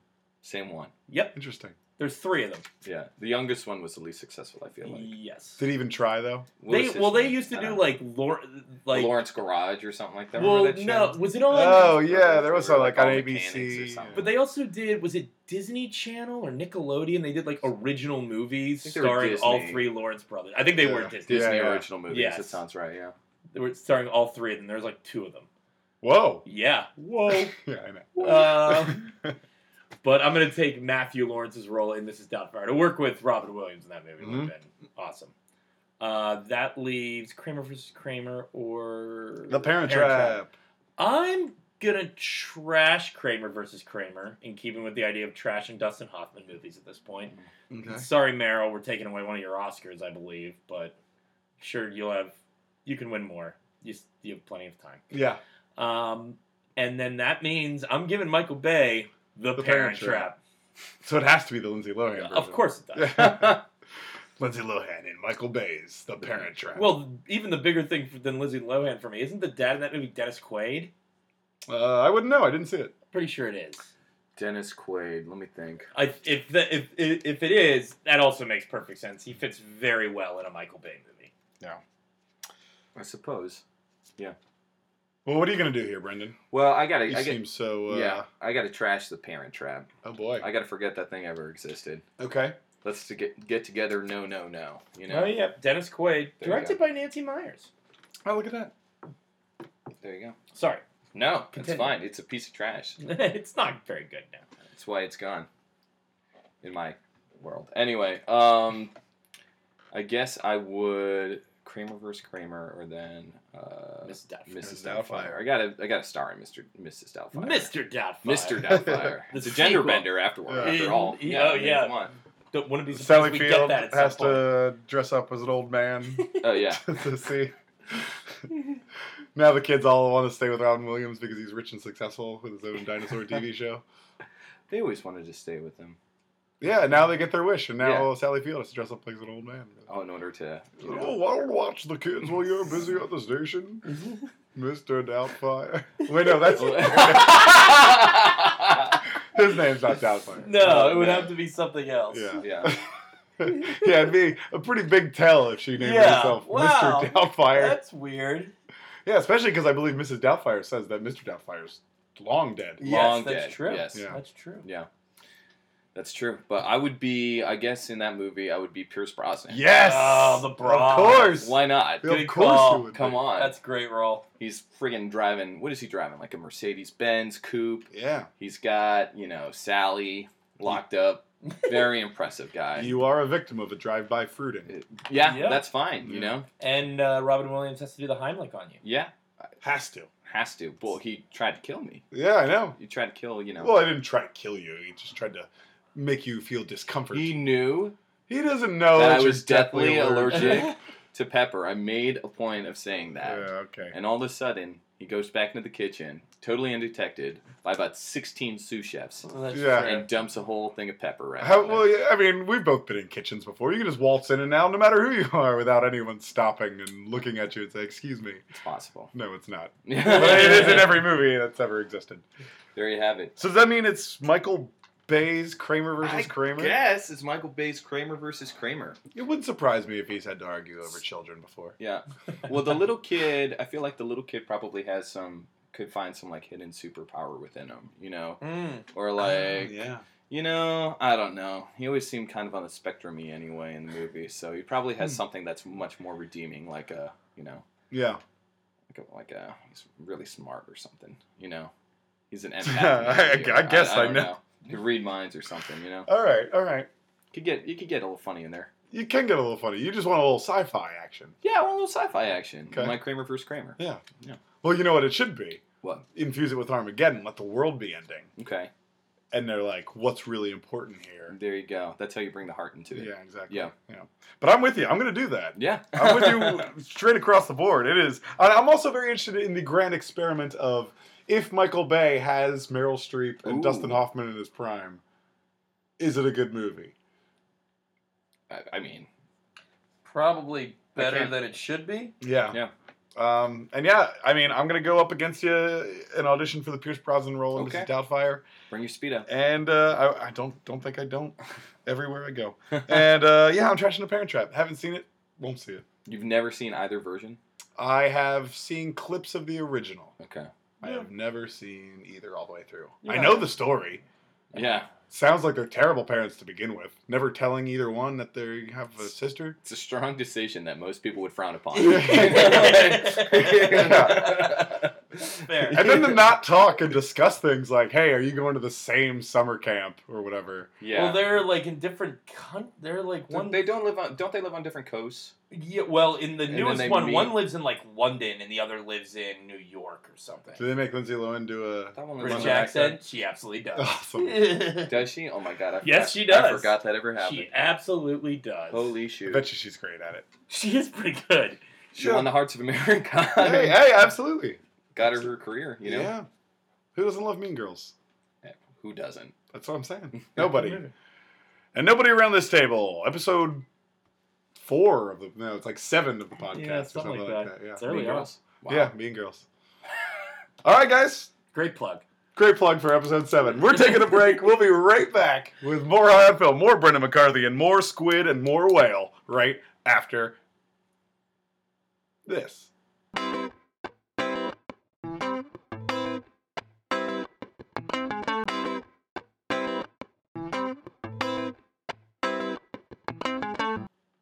[SPEAKER 3] Same one.
[SPEAKER 2] Yep,
[SPEAKER 1] Interesting.
[SPEAKER 2] there's three of them.
[SPEAKER 3] Yeah, the youngest one was the least successful. I feel like.
[SPEAKER 2] Yes.
[SPEAKER 1] Did he even try though?
[SPEAKER 3] What
[SPEAKER 2] They
[SPEAKER 3] was his
[SPEAKER 2] well, they
[SPEAKER 3] name?
[SPEAKER 2] used to
[SPEAKER 3] I
[SPEAKER 2] do
[SPEAKER 3] don't know.
[SPEAKER 2] like Lor- like
[SPEAKER 3] Lawrence Garage or something like that.
[SPEAKER 2] well,
[SPEAKER 3] Remember that
[SPEAKER 2] no,
[SPEAKER 3] show?
[SPEAKER 2] was it on?
[SPEAKER 1] Oh yeah, there was
[SPEAKER 3] They were,
[SPEAKER 1] some, like on
[SPEAKER 3] all mechanics or
[SPEAKER 1] ABC.
[SPEAKER 3] something.
[SPEAKER 2] But they also did was it Disney Channel or Nickelodeon? They did like original movies
[SPEAKER 3] think they were
[SPEAKER 2] starring all
[SPEAKER 3] Disney.
[SPEAKER 2] three Lawrence brothers. I think they were
[SPEAKER 1] Yeah.
[SPEAKER 2] Disney.
[SPEAKER 3] Disney
[SPEAKER 1] yeah.
[SPEAKER 3] original movies.
[SPEAKER 2] Yes.
[SPEAKER 3] That sounds right. Yeah.
[SPEAKER 2] They were starring all three of them. There's like two of them.
[SPEAKER 1] Whoa.
[SPEAKER 2] Yeah.
[SPEAKER 1] Whoa. yeah, I know.
[SPEAKER 2] Um, but I'm gonna take Matthew Lawrence's role in Mrs. Doubtfire to work with Robin Williams in that movie.
[SPEAKER 1] Mm-hmm.
[SPEAKER 2] Would have been awesome. Uh, that leaves Kramer versus Kramer or
[SPEAKER 1] The Parent, Trap.
[SPEAKER 2] I'm gonna trash Kramer versus Kramer in keeping with the idea of trash and Dustin Hoffman movies at this point.
[SPEAKER 1] Okay.
[SPEAKER 2] Sorry, Meryl, we're taking away one of your Oscars, I believe, but sure you'll have you can win more. You s- you have plenty of time.
[SPEAKER 1] Yeah.
[SPEAKER 2] Um, and then that means I'm giving Michael Bay the,
[SPEAKER 1] The Parent
[SPEAKER 2] Parent,
[SPEAKER 1] Trap.
[SPEAKER 2] Trap.
[SPEAKER 1] So it has to be the Lindsay Lohan. Version.
[SPEAKER 2] Of course it does.
[SPEAKER 1] Yeah. Lindsay Lohan and Michael Bay's The Parent Trap.
[SPEAKER 2] Well, even the bigger thing for, than Lizzie Lohan for me isn't the dad in that movie Dennis Quaid.
[SPEAKER 1] uh, I wouldn't know. I didn't see it.
[SPEAKER 2] Pretty sure it is.
[SPEAKER 3] Dennis Quaid. Let me think.
[SPEAKER 2] I, if, the, if if if it is, that also makes perfect sense. He fits very well in a Michael Bay movie.
[SPEAKER 3] I suppose.
[SPEAKER 1] Well, what are you gonna do here, Brendan?
[SPEAKER 3] Well, I gotta.
[SPEAKER 1] You
[SPEAKER 3] I
[SPEAKER 1] seem
[SPEAKER 3] get,
[SPEAKER 1] so. Uh,
[SPEAKER 3] yeah, I gotta trash the Parent Trap.
[SPEAKER 1] Oh boy.
[SPEAKER 3] I gotta forget that thing ever existed.
[SPEAKER 1] okay.
[SPEAKER 3] Let's to get get together. No, no, no. You know.
[SPEAKER 2] Oh yeah, Dennis Quaid,
[SPEAKER 3] There you
[SPEAKER 2] directed by Nancy Myers.
[SPEAKER 1] Oh look at that.
[SPEAKER 3] There you go.
[SPEAKER 2] Sorry,
[SPEAKER 3] No, it's
[SPEAKER 2] Continue.
[SPEAKER 3] fine. It's a piece of trash.
[SPEAKER 2] it's not very good now.
[SPEAKER 3] That's why it's gone. In my world. Anyway, um, I guess I would Kramer versus Kramer, or then uh,
[SPEAKER 2] Mrs. Doubtfire.
[SPEAKER 3] Mrs.
[SPEAKER 1] Doubtfire.
[SPEAKER 3] Doubtfire. I gotta I gotta star in Mr. Mrs. Doubtfire.
[SPEAKER 2] Mr. Doubtfire.
[SPEAKER 3] Mr. Doubtfire.
[SPEAKER 2] The
[SPEAKER 3] it's a gender
[SPEAKER 2] sequel.
[SPEAKER 3] bender afterward.
[SPEAKER 1] Yeah.
[SPEAKER 3] After all,
[SPEAKER 2] Yeah,
[SPEAKER 3] I mean,
[SPEAKER 2] yeah.
[SPEAKER 3] come on.
[SPEAKER 2] Don't- Wouldn't be surprised
[SPEAKER 1] Sally
[SPEAKER 2] if we get
[SPEAKER 1] Field
[SPEAKER 2] that at
[SPEAKER 1] has
[SPEAKER 2] some point.
[SPEAKER 1] to dress up as an old man
[SPEAKER 3] Oh yeah.
[SPEAKER 1] to see. now the kids all want to stay with Robin Williams because he's rich and successful with his own dinosaur TV show.
[SPEAKER 3] They always wanted to stay with him.
[SPEAKER 1] Yeah, now they get their wish, and now
[SPEAKER 3] Yeah.
[SPEAKER 1] Sally Field has to dress up like an old man.
[SPEAKER 3] Oh, in order to. You know,
[SPEAKER 1] Oh, I'll watch the kids while you're busy at the station, Mister Doubtfire. Wait, no, that's
[SPEAKER 3] Oh.
[SPEAKER 1] his name's not Doubtfire.
[SPEAKER 2] No, it would
[SPEAKER 3] No.
[SPEAKER 2] have to be something else.
[SPEAKER 1] Yeah.
[SPEAKER 3] yeah.
[SPEAKER 1] yeah, it'd be a pretty big tell if she named
[SPEAKER 2] Yeah,
[SPEAKER 1] herself
[SPEAKER 2] wow.
[SPEAKER 1] Mr. Doubtfire.
[SPEAKER 2] That's weird.
[SPEAKER 1] Yeah, especially because I believe Mrs. Doubtfire says that Mr. Doubtfire's long dead.
[SPEAKER 3] Yeah. Long
[SPEAKER 2] yes, that's
[SPEAKER 3] dead,
[SPEAKER 2] true.
[SPEAKER 3] yes.
[SPEAKER 1] Yeah.
[SPEAKER 2] That's true.
[SPEAKER 3] Yeah. That's true. But I would be, I guess, in that movie, I would be Pierce Brosnan.
[SPEAKER 1] Yes,
[SPEAKER 2] Oh, the
[SPEAKER 1] of
[SPEAKER 2] bra.
[SPEAKER 1] course.
[SPEAKER 3] Why not?
[SPEAKER 1] of
[SPEAKER 2] Good
[SPEAKER 1] course,
[SPEAKER 2] call.
[SPEAKER 1] it would
[SPEAKER 3] Come
[SPEAKER 1] be.
[SPEAKER 3] on.
[SPEAKER 2] That's a great role.
[SPEAKER 3] He's friggin' driving, what is he driving? Like a Mercedes Benz coupe.
[SPEAKER 1] Yeah,
[SPEAKER 3] He's got, you know, Sally locked up. Very impressive guy.
[SPEAKER 1] you are a victim of a drive-by fruiting.
[SPEAKER 3] yeah,
[SPEAKER 2] Yeah.
[SPEAKER 3] that's fine, you
[SPEAKER 1] Yeah.
[SPEAKER 3] know?
[SPEAKER 2] And uh, Robin Williams has to do the Heimlich on you.
[SPEAKER 3] Yeah,
[SPEAKER 1] Has to.
[SPEAKER 3] has to. Well, he tried to kill me.
[SPEAKER 1] Yeah, I know.
[SPEAKER 3] He tried to kill, you know.
[SPEAKER 1] Well, I didn't try to kill you. He just tried to make you feel discomfort.
[SPEAKER 3] he
[SPEAKER 1] He,
[SPEAKER 3] knew
[SPEAKER 1] doesn't know
[SPEAKER 3] that I
[SPEAKER 1] you're
[SPEAKER 3] was deathly
[SPEAKER 1] allergic.
[SPEAKER 3] allergic to pepper. I made a point of saying
[SPEAKER 1] Yeah,
[SPEAKER 3] that.
[SPEAKER 1] okay.
[SPEAKER 3] And all of a sudden, he goes back into the kitchen, totally undetected by about 16 sous chefs,
[SPEAKER 2] Well, that's
[SPEAKER 1] Yeah.
[SPEAKER 2] true.
[SPEAKER 3] and dumps a whole thing of pepper right
[SPEAKER 1] How,
[SPEAKER 3] in there.
[SPEAKER 1] well, yeah, I mean, we've both been in kitchens before. You can just waltz in and out, no matter who you are, without anyone stopping and looking at you and say, "Excuse me."
[SPEAKER 3] It's possible.
[SPEAKER 1] No, it's not. But it is in
[SPEAKER 3] there
[SPEAKER 1] every movie that's ever existed.
[SPEAKER 3] you have it.
[SPEAKER 1] So does that mean it's Michael Bay's Kramer versus
[SPEAKER 3] I
[SPEAKER 1] Kramer?
[SPEAKER 3] Yes, it's Michael Bay's Kramer versus Kramer.
[SPEAKER 1] It wouldn't surprise me if he's had to argue over children before.
[SPEAKER 3] Yeah. Well, the little kid, I feel like the little kid probably has some, could find some like hidden superpower within him, you know?
[SPEAKER 2] Mm.
[SPEAKER 3] Or
[SPEAKER 1] Um.
[SPEAKER 3] like,
[SPEAKER 1] yeah.
[SPEAKER 3] you know, I don't know. He always seemed kind of on the spectrum y anyway in the movie, so he probably has
[SPEAKER 1] Hmm.
[SPEAKER 3] something that's much more redeeming, like a, you know,
[SPEAKER 1] Yeah.
[SPEAKER 3] like a, like a he's really smart or something. You know, he's an
[SPEAKER 1] I-
[SPEAKER 3] empath. maybe, or
[SPEAKER 1] I guess I
[SPEAKER 3] don't
[SPEAKER 1] know.
[SPEAKER 3] Could read minds or something. You know,
[SPEAKER 1] All right. All right.
[SPEAKER 3] could get you could get a little funny in there.
[SPEAKER 1] You can get a little funny. You just want a little sci-fi action.
[SPEAKER 3] Yeah, well, a little sci-fi action.
[SPEAKER 1] Okay.
[SPEAKER 3] My Kramer versus Kramer.
[SPEAKER 1] Yeah.
[SPEAKER 3] Yeah.
[SPEAKER 1] Well, you know what it should be.
[SPEAKER 3] What?
[SPEAKER 1] Infuse it with Armageddon. Let the world be ending.
[SPEAKER 3] Okay.
[SPEAKER 1] and they're like, what's really important here?
[SPEAKER 3] There you go. That's how you bring the heart into it.
[SPEAKER 1] Yeah, exactly.
[SPEAKER 3] Yeah.
[SPEAKER 1] yeah. But I'm with you. I'm going to do that.
[SPEAKER 3] Yeah.
[SPEAKER 1] I'm with you straight across the board. It is. And I'm also very interested in the grand experiment of if Michael Bay has Meryl Streep and
[SPEAKER 3] Ooh.
[SPEAKER 1] Dustin Hoffman in his prime, is it a good movie?
[SPEAKER 3] I, I mean,
[SPEAKER 4] Probably
[SPEAKER 1] I
[SPEAKER 4] better
[SPEAKER 1] can't-
[SPEAKER 4] than it should be.
[SPEAKER 1] Yeah.
[SPEAKER 3] Yeah.
[SPEAKER 1] Um, and yeah, I mean, I'm gonna go up against you an audition for the Pierce Brosnan role in
[SPEAKER 3] Okay.
[SPEAKER 1] Mrs. Doubtfire,
[SPEAKER 3] bring your speed up.
[SPEAKER 1] and uh, I, I don't don't think I don't everywhere I go. and uh, yeah, I'm trashing the Parent Trap. Haven't seen it, won't see it.
[SPEAKER 3] You've never seen either version?
[SPEAKER 1] I have seen clips of the original.
[SPEAKER 3] Okay.
[SPEAKER 1] I
[SPEAKER 4] Yeah.
[SPEAKER 1] have never seen either all the way through. I
[SPEAKER 4] Yeah.
[SPEAKER 1] know the story.
[SPEAKER 3] Yeah.
[SPEAKER 1] Sounds like they're terrible parents to begin with. Never telling either one that they have a sister.
[SPEAKER 3] It's a strong decision that most people would frown upon.
[SPEAKER 1] Yeah.
[SPEAKER 4] Fair.
[SPEAKER 1] And then to not talk and discuss things like, hey, are you going to the same summer camp or whatever?
[SPEAKER 3] Yeah.
[SPEAKER 4] Well, they're like in different. Con- they're like
[SPEAKER 3] Don't-
[SPEAKER 4] one.
[SPEAKER 3] they don't live on. Don't they live on different coasts?
[SPEAKER 4] yeah, well, in the
[SPEAKER 3] And then
[SPEAKER 4] newest
[SPEAKER 3] they
[SPEAKER 4] one,
[SPEAKER 3] meet.
[SPEAKER 4] one lives in like London, and the other lives in New York or something.
[SPEAKER 1] Do they make Lindsay Lohan do a.
[SPEAKER 3] That one lives
[SPEAKER 4] British
[SPEAKER 3] on
[SPEAKER 4] accent, she absolutely does.
[SPEAKER 1] Awesome.
[SPEAKER 3] Does she? Oh my god! I
[SPEAKER 2] Yes,
[SPEAKER 3] forgot-
[SPEAKER 2] she does.
[SPEAKER 3] I forgot that ever happened.
[SPEAKER 2] She absolutely does.
[SPEAKER 3] Holy
[SPEAKER 1] I
[SPEAKER 3] shoot!
[SPEAKER 1] bet you she's great at it.
[SPEAKER 2] She is pretty good.
[SPEAKER 3] She won the hearts of America.
[SPEAKER 1] Hey, hey, absolutely.
[SPEAKER 3] Got her her career. You know
[SPEAKER 1] Yeah. Who doesn't love Mean Girls?
[SPEAKER 3] who doesn't?
[SPEAKER 1] That's what I'm saying. Nobody. and nobody around this table. Episode four of the. No, it's like seven of the podcast
[SPEAKER 2] Yeah,
[SPEAKER 1] or something, like that. Yeah.
[SPEAKER 2] It's early
[SPEAKER 3] Mean
[SPEAKER 2] on.
[SPEAKER 3] Girls? Wow.
[SPEAKER 1] Yeah, Mean Girls. All right, guys.
[SPEAKER 4] Great plug.
[SPEAKER 1] Great plug for episode seven. We're taking a break. We'll be right back with more High on Film, more Brendan McCarthy, and more squid and more whale right after this.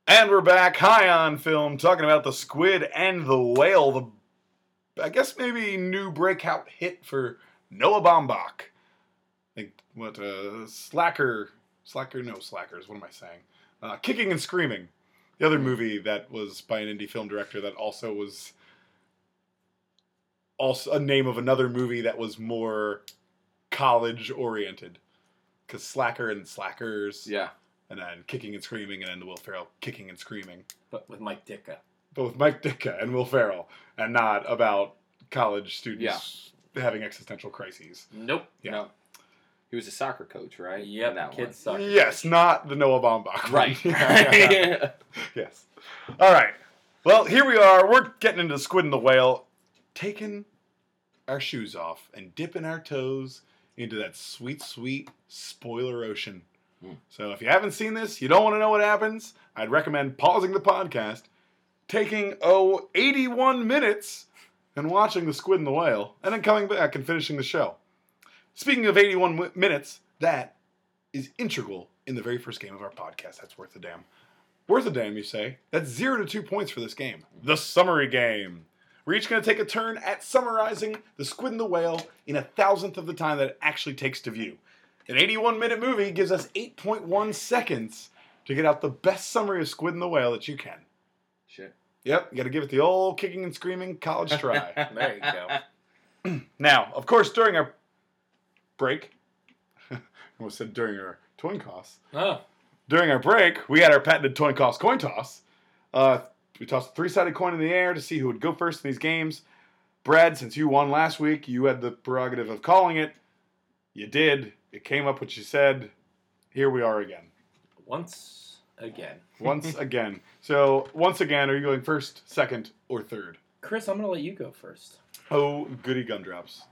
[SPEAKER 1] And we're back, high on film, talking about the squid and the whale, the I guess maybe new breakout hit for Noah Baumbach. Like what? Uh, slacker, slacker, no slackers. What am I saying? Uh, Kicking and screaming, the
[SPEAKER 3] Hmm.
[SPEAKER 1] other movie that was by an indie film director that also was also a name of another movie that was more college oriented, because slacker and slackers,
[SPEAKER 3] Yeah.
[SPEAKER 1] and then kicking and screaming, and then the Will Ferrell kicking and screaming
[SPEAKER 4] But with Mike Dicka.
[SPEAKER 1] but with Mike Ditka and Will Ferrell, and not about college students having existential crises.
[SPEAKER 4] Nope.
[SPEAKER 1] Yeah.
[SPEAKER 3] No. He was a soccer coach, right?
[SPEAKER 4] Yep.
[SPEAKER 3] In that
[SPEAKER 4] kid sucker.
[SPEAKER 1] Yes, not the Noah Baumbach.
[SPEAKER 3] one.
[SPEAKER 1] one.
[SPEAKER 3] Right.
[SPEAKER 1] yes. All right. Well, here we are. We're getting into the squid and the whale, taking our shoes off and dipping our toes into that sweet, sweet spoiler ocean.
[SPEAKER 3] Mm.
[SPEAKER 1] So if you haven't seen this, you don't want to know what happens, I'd recommend pausing the podcast, taking, oh, 81 minutes and watching The Squid and the Whale, and then coming back and finishing the show. Speaking of 81 w- minutes, that is integral in the very first game of our podcast. That's worth a damn. Worth a damn, you say? That's zero to two points for this game. The summary game. We're each going to take a turn at summarizing The Squid and the Whale in a thousandth of the time that it actually takes to view. An 81 minute movie gives us 8.1 seconds to get out the best summary of Squid and the Whale that you can.
[SPEAKER 3] Shit.
[SPEAKER 1] Yep, you got to give it the old kicking and screaming college try.
[SPEAKER 4] There you go.
[SPEAKER 1] Now, of course, during our break, I almost said during our twin toss.
[SPEAKER 4] Oh,
[SPEAKER 1] During our break, we had our patented twin toss coin toss. Uh, we tossed a three-sided coin in the air to see who would go first in these games. Brad, since you won last week, you had the prerogative of calling it. You did. It came up what you said. Here we are again.
[SPEAKER 4] once again.
[SPEAKER 1] Once again. So, once again, are you going first, second, or third?
[SPEAKER 4] Chris, I'm going to let you go first.
[SPEAKER 1] Oh, goody gumdrops.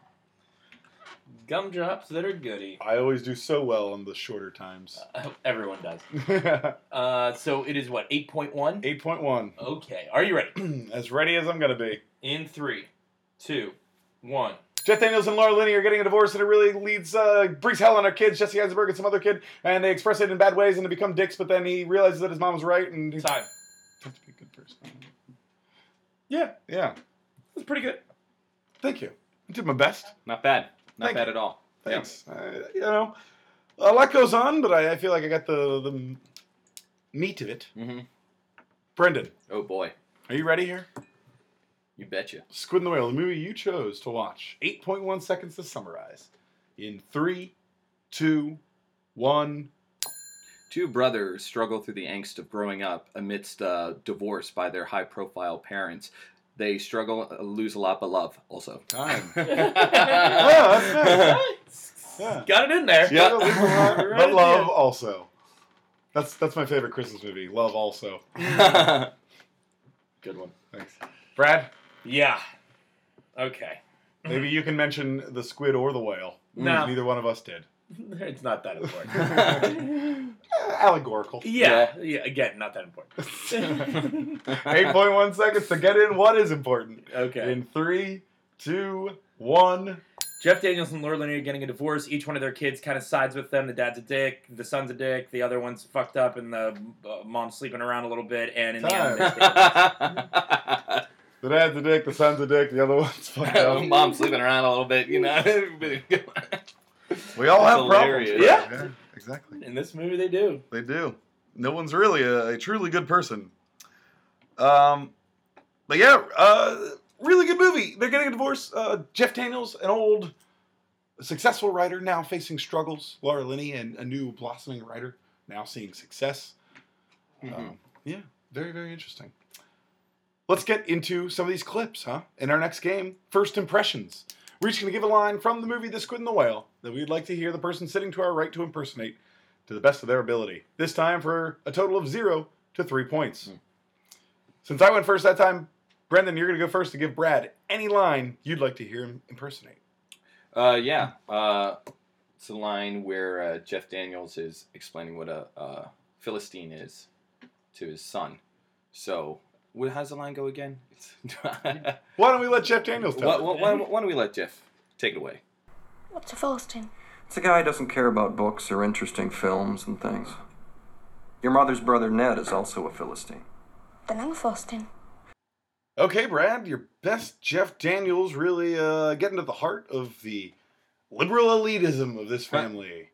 [SPEAKER 4] Gumdrops that are goody.
[SPEAKER 1] I always do so well on the shorter times.
[SPEAKER 4] Uh, everyone does.
[SPEAKER 1] 8.1.
[SPEAKER 4] Uh, so it is what, 8.1? Okay. Are you ready?
[SPEAKER 1] as ready as I'm gonna be.
[SPEAKER 4] In three, two, one.
[SPEAKER 1] Jeff Daniels and Laura Linney are getting a divorce, and it really leads uh, brings hell on her kids, Jesse Eisenberg and some other kid, and they express it in bad ways, and they become dicks. But then he realizes that his mom was right, and he
[SPEAKER 4] Time.
[SPEAKER 1] That's a good person. Yeah, yeah, that's pretty good. Thank you. I did my best.
[SPEAKER 3] Not bad. Not
[SPEAKER 1] Thank
[SPEAKER 3] bad
[SPEAKER 1] you.
[SPEAKER 3] at all. Yeah.
[SPEAKER 1] Thanks. I- you know, a lot goes on, but I, I feel like I got the the meat of it.
[SPEAKER 3] Mhm.
[SPEAKER 1] Brendan,
[SPEAKER 3] Oh boy.
[SPEAKER 1] Mm-hmm. are you ready here?
[SPEAKER 3] You betcha.
[SPEAKER 1] Squid and the Whale, the movie you chose to watch. 8.1 seconds to summarize. In three, two, one.
[SPEAKER 3] Two brothers struggle through the angst of growing up amidst uh, divorce by their high profile parents. They struggle, uh, lose a lot, but love also.
[SPEAKER 1] Time.
[SPEAKER 3] yeah,
[SPEAKER 1] Yeah.
[SPEAKER 2] Got it in there.
[SPEAKER 3] Yeah.
[SPEAKER 1] Struggle, leave a lot,
[SPEAKER 2] Right at
[SPEAKER 1] but
[SPEAKER 2] the
[SPEAKER 1] love
[SPEAKER 2] end.
[SPEAKER 1] also. That's that's my favorite Christmas movie. Love also.
[SPEAKER 3] Mm-hmm.
[SPEAKER 2] Good one.
[SPEAKER 1] Thanks, Brad.
[SPEAKER 2] Yeah. Okay.
[SPEAKER 1] Maybe you can mention the squid or the whale.
[SPEAKER 2] No.
[SPEAKER 1] neither one of us did.
[SPEAKER 2] It's not that important.
[SPEAKER 1] Eh, Allegorical.
[SPEAKER 2] Yeah. yeah. Again, not that important.
[SPEAKER 1] Eight point one seconds to get in. What is important?
[SPEAKER 2] Okay.
[SPEAKER 1] In three, two, one.
[SPEAKER 2] Jeff Daniels and Laura Linney are getting a divorce. Each one of their kids kind of sides with them. The dad's a dick. The son's a dick. The other one's fucked up, and the uh, mom's sleeping around a little bit. And in the end, they stay-
[SPEAKER 1] The dad's a dick. The son's a dick. The other one's fucked up.
[SPEAKER 3] Mom's sleeping around a little bit, you know. Everybody-
[SPEAKER 1] We all
[SPEAKER 3] That's
[SPEAKER 1] have problems.
[SPEAKER 3] hilarious.
[SPEAKER 1] bro.
[SPEAKER 2] Yeah.
[SPEAKER 1] exactly.
[SPEAKER 2] in this movie they do.
[SPEAKER 1] They do. No one's really a, a truly good person. Um, but yeah, uh, really good movie. They're getting a divorce. Uh, Jeff Daniels, an old successful writer, now facing struggles. Laura Linney, and a new blossoming writer, now seeing success.
[SPEAKER 3] Mhm.
[SPEAKER 1] Um, yeah, very very interesting. Let's get into some of these clips, huh? In our next game, first impressions. We're each going to give a line from the movie The Squid and the Whale that we'd like to hear the person sitting to our right to impersonate to the best of their ability. This time for a total of zero to three points.
[SPEAKER 3] Hmm.
[SPEAKER 1] Since I went first that time, Brendan, you're going to go first to give Brad any line you'd like to hear him impersonate.
[SPEAKER 3] Uh, yeah. Uh, it's a line where uh, Jeff Daniels is explaining what a uh, Philistine is to his son. So, wh- how's the line go again? why,
[SPEAKER 1] Why don't we let Jeff Daniels tell
[SPEAKER 3] why,
[SPEAKER 1] it?
[SPEAKER 3] why, why don't we let Jeff take it away?
[SPEAKER 5] What's a Philistine?
[SPEAKER 6] It's a guy who doesn't care about books or interesting films and things. Your mother's brother Ned is also a Philistine.
[SPEAKER 5] Then I'm a Philistine.
[SPEAKER 1] Okay, Brad, your best Jeff Daniels really uh, getting to the heart of the liberal elitism of this family.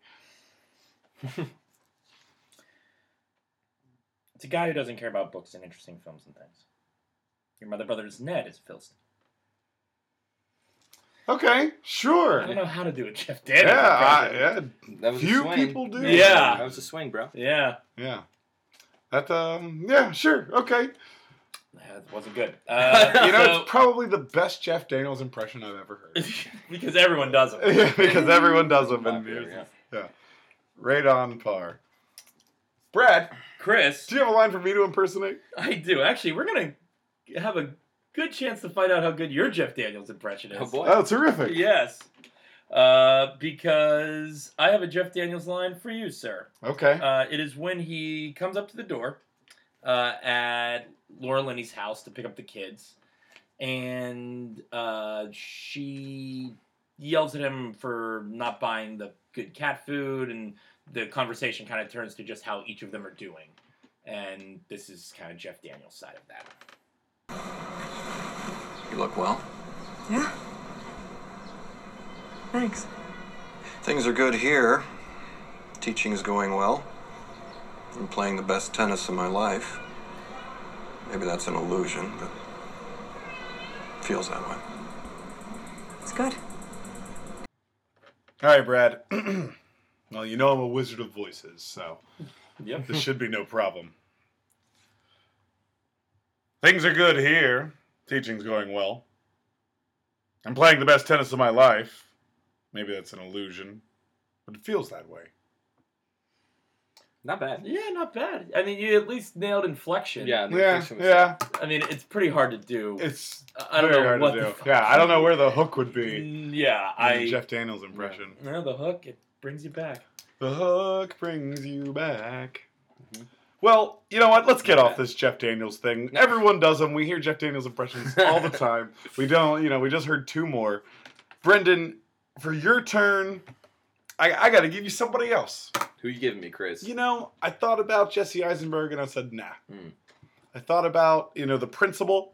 [SPEAKER 2] It's a guy who doesn't care about books and interesting films and things. Your mother brother's Ned is a Philistine.
[SPEAKER 1] Okay,
[SPEAKER 2] I don't
[SPEAKER 1] sure.
[SPEAKER 2] know how to do it, Jeff
[SPEAKER 1] Yeah,
[SPEAKER 2] Daniels.
[SPEAKER 1] I, yeah,
[SPEAKER 3] That was
[SPEAKER 1] Few
[SPEAKER 3] a swing.
[SPEAKER 1] people do.
[SPEAKER 2] Yeah.
[SPEAKER 3] That was a swing, bro.
[SPEAKER 2] yeah.
[SPEAKER 1] yeah. That um, yeah, sure, okay.
[SPEAKER 2] That wasn't good. Uh,
[SPEAKER 1] You know,
[SPEAKER 2] so-
[SPEAKER 1] it's probably the best Jeff Daniels impression I've ever heard.
[SPEAKER 2] because everyone does them.
[SPEAKER 1] because everyone does them and
[SPEAKER 3] Popular, yeah.
[SPEAKER 1] right on par. Brad,
[SPEAKER 2] Chris,
[SPEAKER 1] do you have a line for me to impersonate?
[SPEAKER 2] I do. Actually, we're gonna have a good chance to find out how good your Jeff Daniels impression is.
[SPEAKER 3] Oh boy.
[SPEAKER 1] Oh, terrific.
[SPEAKER 2] Yes. Uh, because I have a Jeff Daniels line for you, sir.
[SPEAKER 1] Okay.
[SPEAKER 2] Uh, it is when he comes up to the door uh, at Laura Linney's house to pick up the kids, and uh, she yells at him for not buying the good cat food, and the conversation kind of turns to just how each of them are doing. And this is kind of Jeff Daniels' side of that.
[SPEAKER 6] You look well.
[SPEAKER 7] Yeah. Thanks.
[SPEAKER 6] Things are good here. Teaching is going well. I'm playing the best tennis of my life. Maybe that's an illusion, but feels that way.
[SPEAKER 7] It's good.
[SPEAKER 1] All right, Brad. well, you know I'm a wizard of voices, so
[SPEAKER 2] Yep.
[SPEAKER 1] this should be no problem. Things are good here. Teaching's going well. I'm playing the best tennis of my life. Maybe that's an illusion, but it feels that way.
[SPEAKER 3] Not bad.
[SPEAKER 2] Yeah, not bad. I mean, you at least nailed inflection.
[SPEAKER 3] Yeah. the
[SPEAKER 1] Yeah,
[SPEAKER 3] fiction was-
[SPEAKER 1] yeah.
[SPEAKER 2] I mean, it's pretty hard to do.
[SPEAKER 1] It's
[SPEAKER 2] I don't
[SPEAKER 1] very
[SPEAKER 2] know
[SPEAKER 1] hard
[SPEAKER 2] what
[SPEAKER 1] to
[SPEAKER 2] the
[SPEAKER 1] do.
[SPEAKER 2] fuck-
[SPEAKER 1] Yeah, I don't know where the hook would be.
[SPEAKER 2] Yeah,
[SPEAKER 1] in
[SPEAKER 2] I.
[SPEAKER 1] Jeff Daniels impression.
[SPEAKER 2] No, the hook it brings you back.
[SPEAKER 1] The hook brings you back. Well, you know what? Let's get off this Jeff Daniels thing. Everyone does them. We hear Jeff Daniels impressions all the time. We don't, you know, we just heard two more. Brendan, for your turn, I, I got to give you somebody else.
[SPEAKER 3] Who you giving me, Chris?
[SPEAKER 1] You know, I thought about Jesse Eisenberg and I said, nah.
[SPEAKER 3] Hmm.
[SPEAKER 1] I thought about, you know, the principal,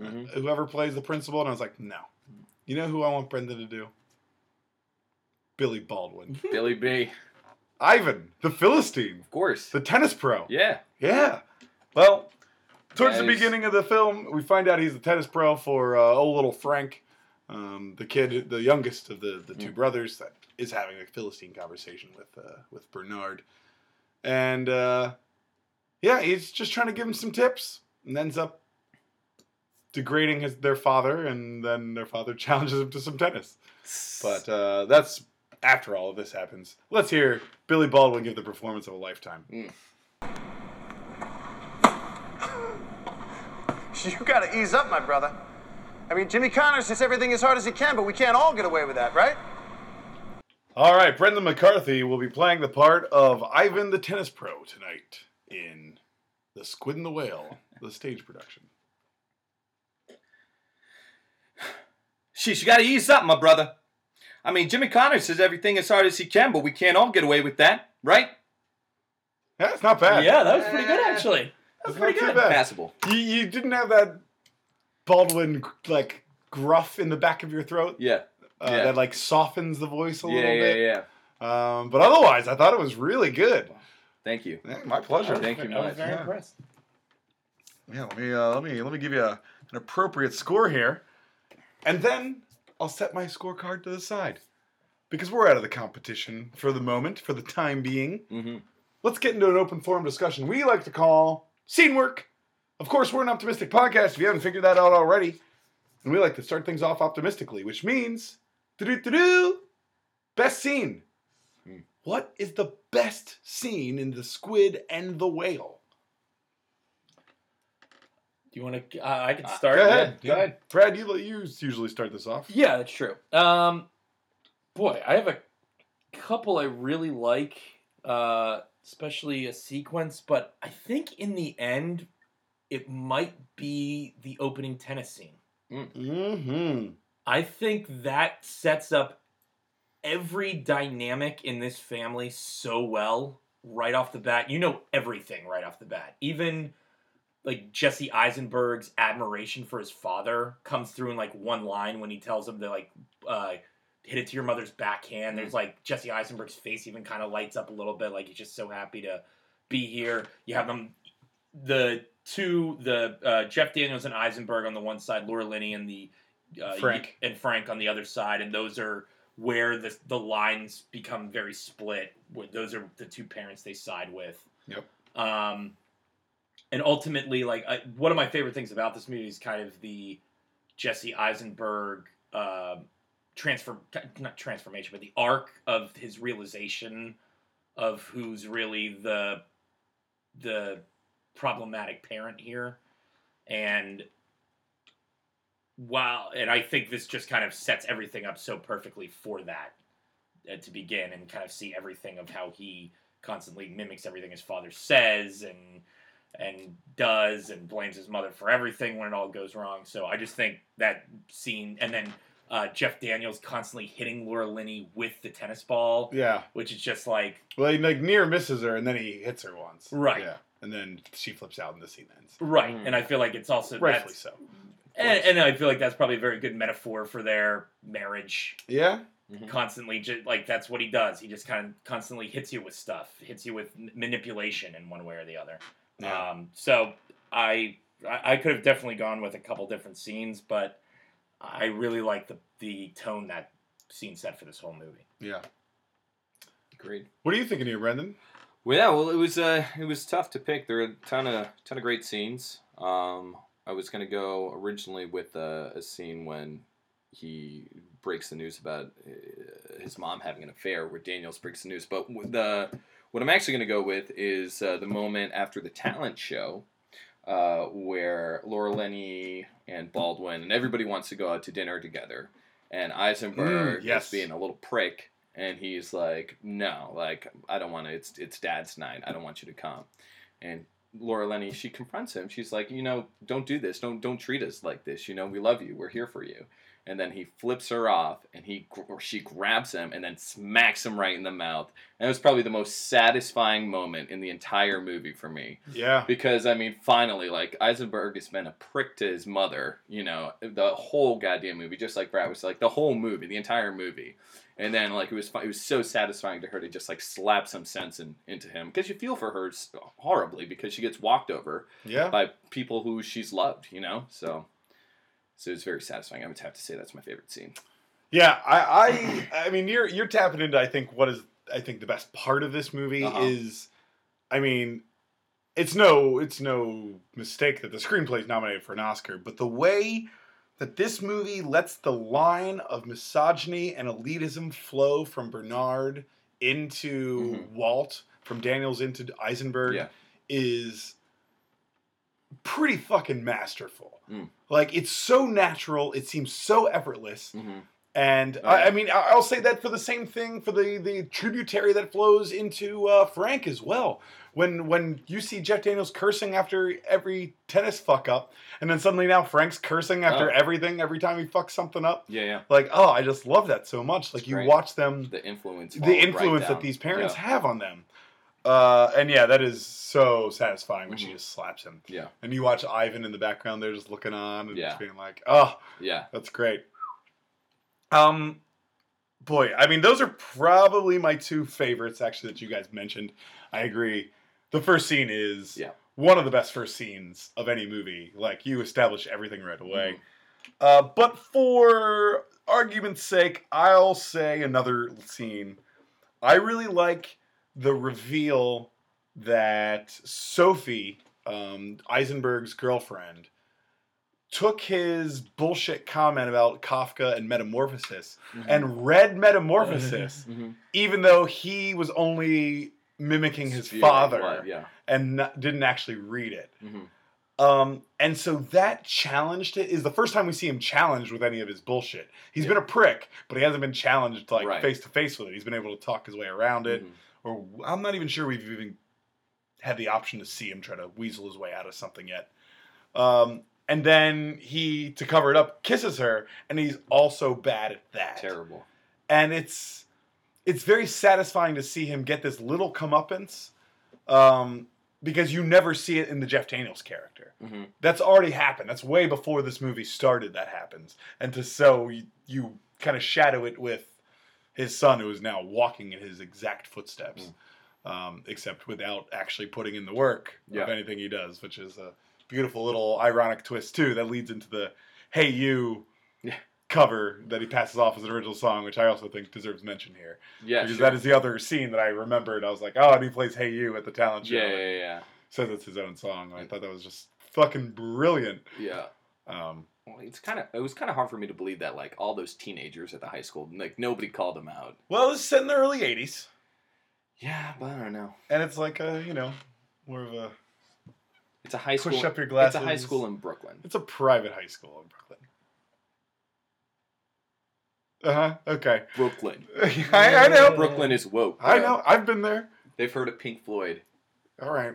[SPEAKER 3] hmm
[SPEAKER 1] whoever plays the principal, and I was like, no. You know who I want Brendan to do? Billy Baldwin.
[SPEAKER 3] Billy B.
[SPEAKER 1] Ivan, the Philistine,
[SPEAKER 3] Of course.
[SPEAKER 1] the tennis pro.
[SPEAKER 3] Yeah.
[SPEAKER 1] Yeah. Well, towards
[SPEAKER 3] Yeah,
[SPEAKER 1] the
[SPEAKER 3] he's-
[SPEAKER 1] beginning of the film, we find out he's the tennis pro for uh, old little Frank, um, the kid, the youngest of the, the two brothers, that is having a philistine conversation with uh, with Bernard, and uh, yeah, he's just trying to give him some tips, and ends up degrading his their father, and then their father challenges him to some tennis. But uh, that's after all of this happens. Let's hear Billy Baldwin give the performance of a lifetime.
[SPEAKER 8] You gotta ease up, my brother. I mean, Jimmy Connors hits everything as hard as he can, but we can't all get away with that, right?
[SPEAKER 1] All right, Brendan McCarthy will be playing the part of Ivan the tennis pro tonight in The Squid and the Whale, the stage production.
[SPEAKER 3] Sheesh, you gotta ease up, my brother. I mean, Jimmy Connors says everything as hard as he can, but we can't all get away with that, right?
[SPEAKER 1] Yeah, it's not bad.
[SPEAKER 2] Yeah, that was pretty good actually.
[SPEAKER 1] It's not
[SPEAKER 3] Pretty
[SPEAKER 1] too
[SPEAKER 3] good.
[SPEAKER 1] bad.
[SPEAKER 3] Passable.
[SPEAKER 1] You, you didn't have that Baldwin like gruff in the back of your throat
[SPEAKER 3] Yeah.
[SPEAKER 1] uh,
[SPEAKER 3] yeah.
[SPEAKER 1] that like softens the voice a
[SPEAKER 3] yeah,
[SPEAKER 1] little
[SPEAKER 3] yeah,
[SPEAKER 1] bit.
[SPEAKER 3] yeah.
[SPEAKER 1] Um, but otherwise, I thought it was really good.
[SPEAKER 3] Thank you.
[SPEAKER 1] Yeah, my pleasure.
[SPEAKER 3] Thank you
[SPEAKER 2] I was
[SPEAKER 3] much.
[SPEAKER 2] very
[SPEAKER 1] Yeah.
[SPEAKER 2] impressed.
[SPEAKER 1] Yeah, let me uh, let me let me give you a, an appropriate score here, and then I'll set my scorecard to the side because we're out of the competition for the moment, for the time being.
[SPEAKER 3] Mm-hmm.
[SPEAKER 1] Let's get into an open forum discussion we like to call scene work. Of course, we're an optimistic podcast. If you haven't figured that out already, and we like to start things off optimistically, which means doo-doo-doo-doo, best scene. Hmm. What is the best scene in the Squid and the Whale?
[SPEAKER 2] Do you want to? Uh, I can start.
[SPEAKER 1] Go ahead.
[SPEAKER 2] Yeah, go ahead.
[SPEAKER 1] Brad. You you usually start this off.
[SPEAKER 2] Yeah, that's true. Um, boy, I have a couple I really like, uh, especially a sequence. But I think in the end, it might be the opening tennis scene.
[SPEAKER 1] Mm-hmm.
[SPEAKER 2] I think that sets up every dynamic in this family so well right off the bat. You know everything right off the bat. Even like Jesse Eisenberg's admiration for his father comes through in like one line when he tells him to like uh, hit it to your mother's backhand.
[SPEAKER 1] Mm.
[SPEAKER 2] There's like Jesse Eisenberg's face even kind of lights up a little bit, like he's just so happy to be here. You have them, the two, the uh, Jeff Daniels and Eisenberg on the one side, Laura Linney and the uh,
[SPEAKER 1] Frank.
[SPEAKER 2] and Frank on the other side, and those are where the the lines become very split. Where those are the two parents they side with.
[SPEAKER 1] Yep.
[SPEAKER 2] Um, and ultimately, like I, one of my favorite things about this movie is kind of the Jesse Eisenberg um transfer, not transformation, but the arc of his realization of who's really the the problematic parent here, and wow, and I think this just kind of sets everything up so perfectly for that uh, to begin and kind of see everything of how he constantly mimics everything his father says and and does and blames his mother for everything when it all goes wrong. So I just think that scene and then uh, Jeff Daniels constantly hitting Laura Linney with the tennis ball,
[SPEAKER 1] Yeah.
[SPEAKER 2] which is just like
[SPEAKER 1] Well, he like near misses her, and then he hits her once.
[SPEAKER 2] Right.
[SPEAKER 1] Yeah. And then she flips out, and the scene ends.
[SPEAKER 2] right.
[SPEAKER 3] Mm.
[SPEAKER 2] And I feel like it's also
[SPEAKER 1] Rightfully
[SPEAKER 2] that's,
[SPEAKER 1] so.
[SPEAKER 2] and, and I feel like that's probably a very good metaphor for their marriage
[SPEAKER 1] Yeah.
[SPEAKER 2] constantly just like that's what he does. He just kind of constantly hits you with stuff, hits you with m- manipulation in one way or the other.
[SPEAKER 1] Yeah.
[SPEAKER 2] Um, so I I I could have definitely gone with a couple different scenes, but I really like the the tone that scene set for this whole movie.
[SPEAKER 1] Yeah.
[SPEAKER 3] Agreed.
[SPEAKER 1] What are you thinking here, Brendan?
[SPEAKER 3] Well, yeah, well, it was uh, it was tough to pick. There were a ton of ton of great scenes. Um, I was gonna go originally with uh, a scene when he breaks the news about uh, his mom having an affair, where Daniels breaks the news. But w- the what I'm actually gonna go with is uh, the moment after the talent show. Uh, where Laura Lenny and Baldwin and everybody wants to go out to dinner together, and Eisenberg
[SPEAKER 1] Mm, yes.
[SPEAKER 3] is being a little prick, and he's like, "No, like I don't want to. It's it's Dad's night. I don't want you to come." And Laura Lenny, she confronts him. She's like, "You know, don't do this. Don't don't treat us like this. You know, we love you. We're here for you." And then he flips her off, and he gr- or she grabs him and then smacks him right in the mouth. And it was probably the most satisfying moment in the entire movie for me
[SPEAKER 1] Yeah.
[SPEAKER 3] because I mean, finally, like Eisenberg has been a prick to his mother, you know, the whole goddamn movie. Just like Brad was like the whole movie, the entire movie, and then like it was fi- it was so satisfying to her to just like slap some sense in, into him because you feel for her s- horribly because she gets walked over
[SPEAKER 1] Yeah.
[SPEAKER 3] by people who she's loved, you know. So So it's very satisfying. I would have to say that's my favorite scene.
[SPEAKER 1] Yeah, I, I, I mean, you're you're tapping into I think what is I think the best part of this movie
[SPEAKER 3] Uh-huh.
[SPEAKER 1] is, I mean, it's no it's no mistake that the screenplay is nominated for an Oscar, but the way that this movie lets the line of misogyny and elitism flow from Bernard into
[SPEAKER 3] Mhm.
[SPEAKER 1] Walt, from Daniels into Eisenberg,
[SPEAKER 3] Yeah.
[SPEAKER 1] is pretty fucking masterful.
[SPEAKER 3] Mm.
[SPEAKER 1] Like it's so natural, it seems so effortless.
[SPEAKER 3] Mm-hmm.
[SPEAKER 1] And
[SPEAKER 3] Oh,
[SPEAKER 1] I, I
[SPEAKER 3] yeah.
[SPEAKER 1] mean, I- I'll say that for the same thing for the, the tributary that flows into uh, Frank as well. When when you see Jeff Daniels cursing after every tennis fuck up, and then suddenly now Frank's cursing after
[SPEAKER 3] Oh.
[SPEAKER 1] everything every time he fucks something up.
[SPEAKER 3] Yeah, yeah.
[SPEAKER 1] Like, oh, I just love that so much. Like
[SPEAKER 3] It's
[SPEAKER 1] you
[SPEAKER 3] great.
[SPEAKER 1] watch them,
[SPEAKER 3] The influence.
[SPEAKER 1] the
[SPEAKER 3] followed right
[SPEAKER 1] influence that
[SPEAKER 3] down.
[SPEAKER 1] these parents
[SPEAKER 3] Yeah.
[SPEAKER 1] have on them. Uh, and yeah, that is so satisfying when she
[SPEAKER 3] Mhm.
[SPEAKER 1] just slaps him.
[SPEAKER 3] Yeah,
[SPEAKER 1] And you watch Ivan in the background there just looking on and
[SPEAKER 3] Yeah.
[SPEAKER 1] just being like, oh,
[SPEAKER 3] yeah.
[SPEAKER 1] that's great. Um, boy, I mean, those are probably my two favorites, actually, that you guys mentioned. I agree. The first scene is
[SPEAKER 3] Yeah.
[SPEAKER 1] one of the best first scenes of any movie. Like, you establish everything right away.
[SPEAKER 3] Mm-hmm.
[SPEAKER 1] Uh, but for argument's sake, I'll say another scene. I really like the reveal that Sophie, um, Eisenberg's girlfriend, took his bullshit comment about Kafka and Metamorphosis
[SPEAKER 3] Mm-hmm.
[SPEAKER 1] and read Metamorphosis,
[SPEAKER 3] Mhm.
[SPEAKER 1] even though he was only mimicking his
[SPEAKER 3] Sphere of
[SPEAKER 1] father
[SPEAKER 3] light, Yeah.
[SPEAKER 1] and not, didn't actually read it.
[SPEAKER 3] Mm-hmm.
[SPEAKER 1] Um, and so that challenged it is the first time we see him challenged with any of his bullshit. He's
[SPEAKER 3] Yeah.
[SPEAKER 1] been a prick, but he hasn't been challenged like
[SPEAKER 3] Right. Mm-hmm.
[SPEAKER 1] face to face with it. He's been able to talk his way around it, or I'm not even sure we've even had the option to see him try to weasel his way out of something yet. Um, and then he, to cover it up, kisses her, and he's also bad at that.
[SPEAKER 3] Terrible.
[SPEAKER 1] And it's it's very satisfying to see him get this little comeuppance, um, because you never see it in the Jeff Daniels character.
[SPEAKER 3] Mm-hmm.
[SPEAKER 1] That's already happened. That's way before this movie started. That happens, and to so you, you kind of shadow it with his son, who is now walking in his exact footsteps, um, except without actually putting in the work
[SPEAKER 3] Mm. Yeah.
[SPEAKER 1] of anything he does, which is a beautiful little ironic twist too that leads into the "Hey You"
[SPEAKER 3] Yeah.
[SPEAKER 1] cover that he passes off as an original song, which I also think deserves mention here
[SPEAKER 3] Yeah.
[SPEAKER 1] because
[SPEAKER 3] sure.
[SPEAKER 1] that is the other scene that I remembered. I was like, "Oh, and he plays Hey You at the talent show."
[SPEAKER 3] Yeah,
[SPEAKER 1] and
[SPEAKER 3] yeah, yeah,
[SPEAKER 1] Says it's his own song. and I thought that was just fucking brilliant.
[SPEAKER 3] yeah.
[SPEAKER 1] Um,
[SPEAKER 3] Well, it's kind of it was kind of hard for me to believe that like all those teenagers at the high school, like nobody called them out.
[SPEAKER 1] well, it's set in the early '80s,
[SPEAKER 3] Yeah, but I don't know.
[SPEAKER 1] and it's like a you know more of a
[SPEAKER 3] It's a high school.
[SPEAKER 1] push up your
[SPEAKER 3] it's
[SPEAKER 1] glasses.
[SPEAKER 3] a high school in Brooklyn.
[SPEAKER 1] It's a private high school in Brooklyn. Uh huh. Okay.
[SPEAKER 3] Brooklyn.
[SPEAKER 1] I, I know.
[SPEAKER 3] Brooklyn is woke.
[SPEAKER 1] I
[SPEAKER 3] bro.
[SPEAKER 1] know. I've been there.
[SPEAKER 3] They've heard of Pink Floyd.
[SPEAKER 1] All right.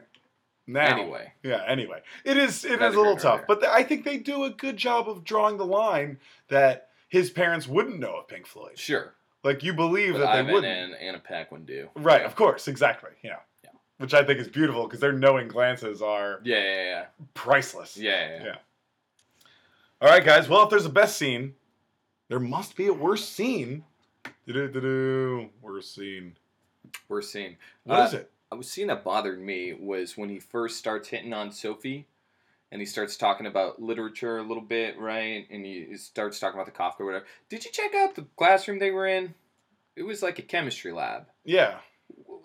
[SPEAKER 1] Now.
[SPEAKER 3] Anyway,
[SPEAKER 1] Yeah. Anyway, it is. It
[SPEAKER 3] Neither
[SPEAKER 1] is a little
[SPEAKER 3] here nor
[SPEAKER 1] tough,
[SPEAKER 3] there.
[SPEAKER 1] but I think they do a good job of drawing the line that his parents wouldn't know of Pink Floyd.
[SPEAKER 3] sure.
[SPEAKER 1] Like you believe
[SPEAKER 3] But
[SPEAKER 1] that they
[SPEAKER 3] Ivan
[SPEAKER 1] wouldn't.
[SPEAKER 3] and Anna Paquin do.
[SPEAKER 1] Right, of course, exactly. Yeah.
[SPEAKER 3] Yeah.
[SPEAKER 1] Which I think is beautiful because their knowing glances are
[SPEAKER 3] Yeah, yeah, yeah,
[SPEAKER 1] priceless.
[SPEAKER 3] yeah. yeah, yeah.
[SPEAKER 1] All right, guys. Well, if there's a best scene, there must be a worst scene. Do-do-do-do. Worst scene.
[SPEAKER 3] We're seeing.
[SPEAKER 1] What
[SPEAKER 3] Uh,
[SPEAKER 1] is it?
[SPEAKER 3] I was seeing that bothered me was when he first starts hitting on Sophie, and he starts talking about literature a little bit, right? And he he starts talking about the Kafka or whatever. Did you check out the classroom they were in? It was like a chemistry lab.
[SPEAKER 1] Yeah.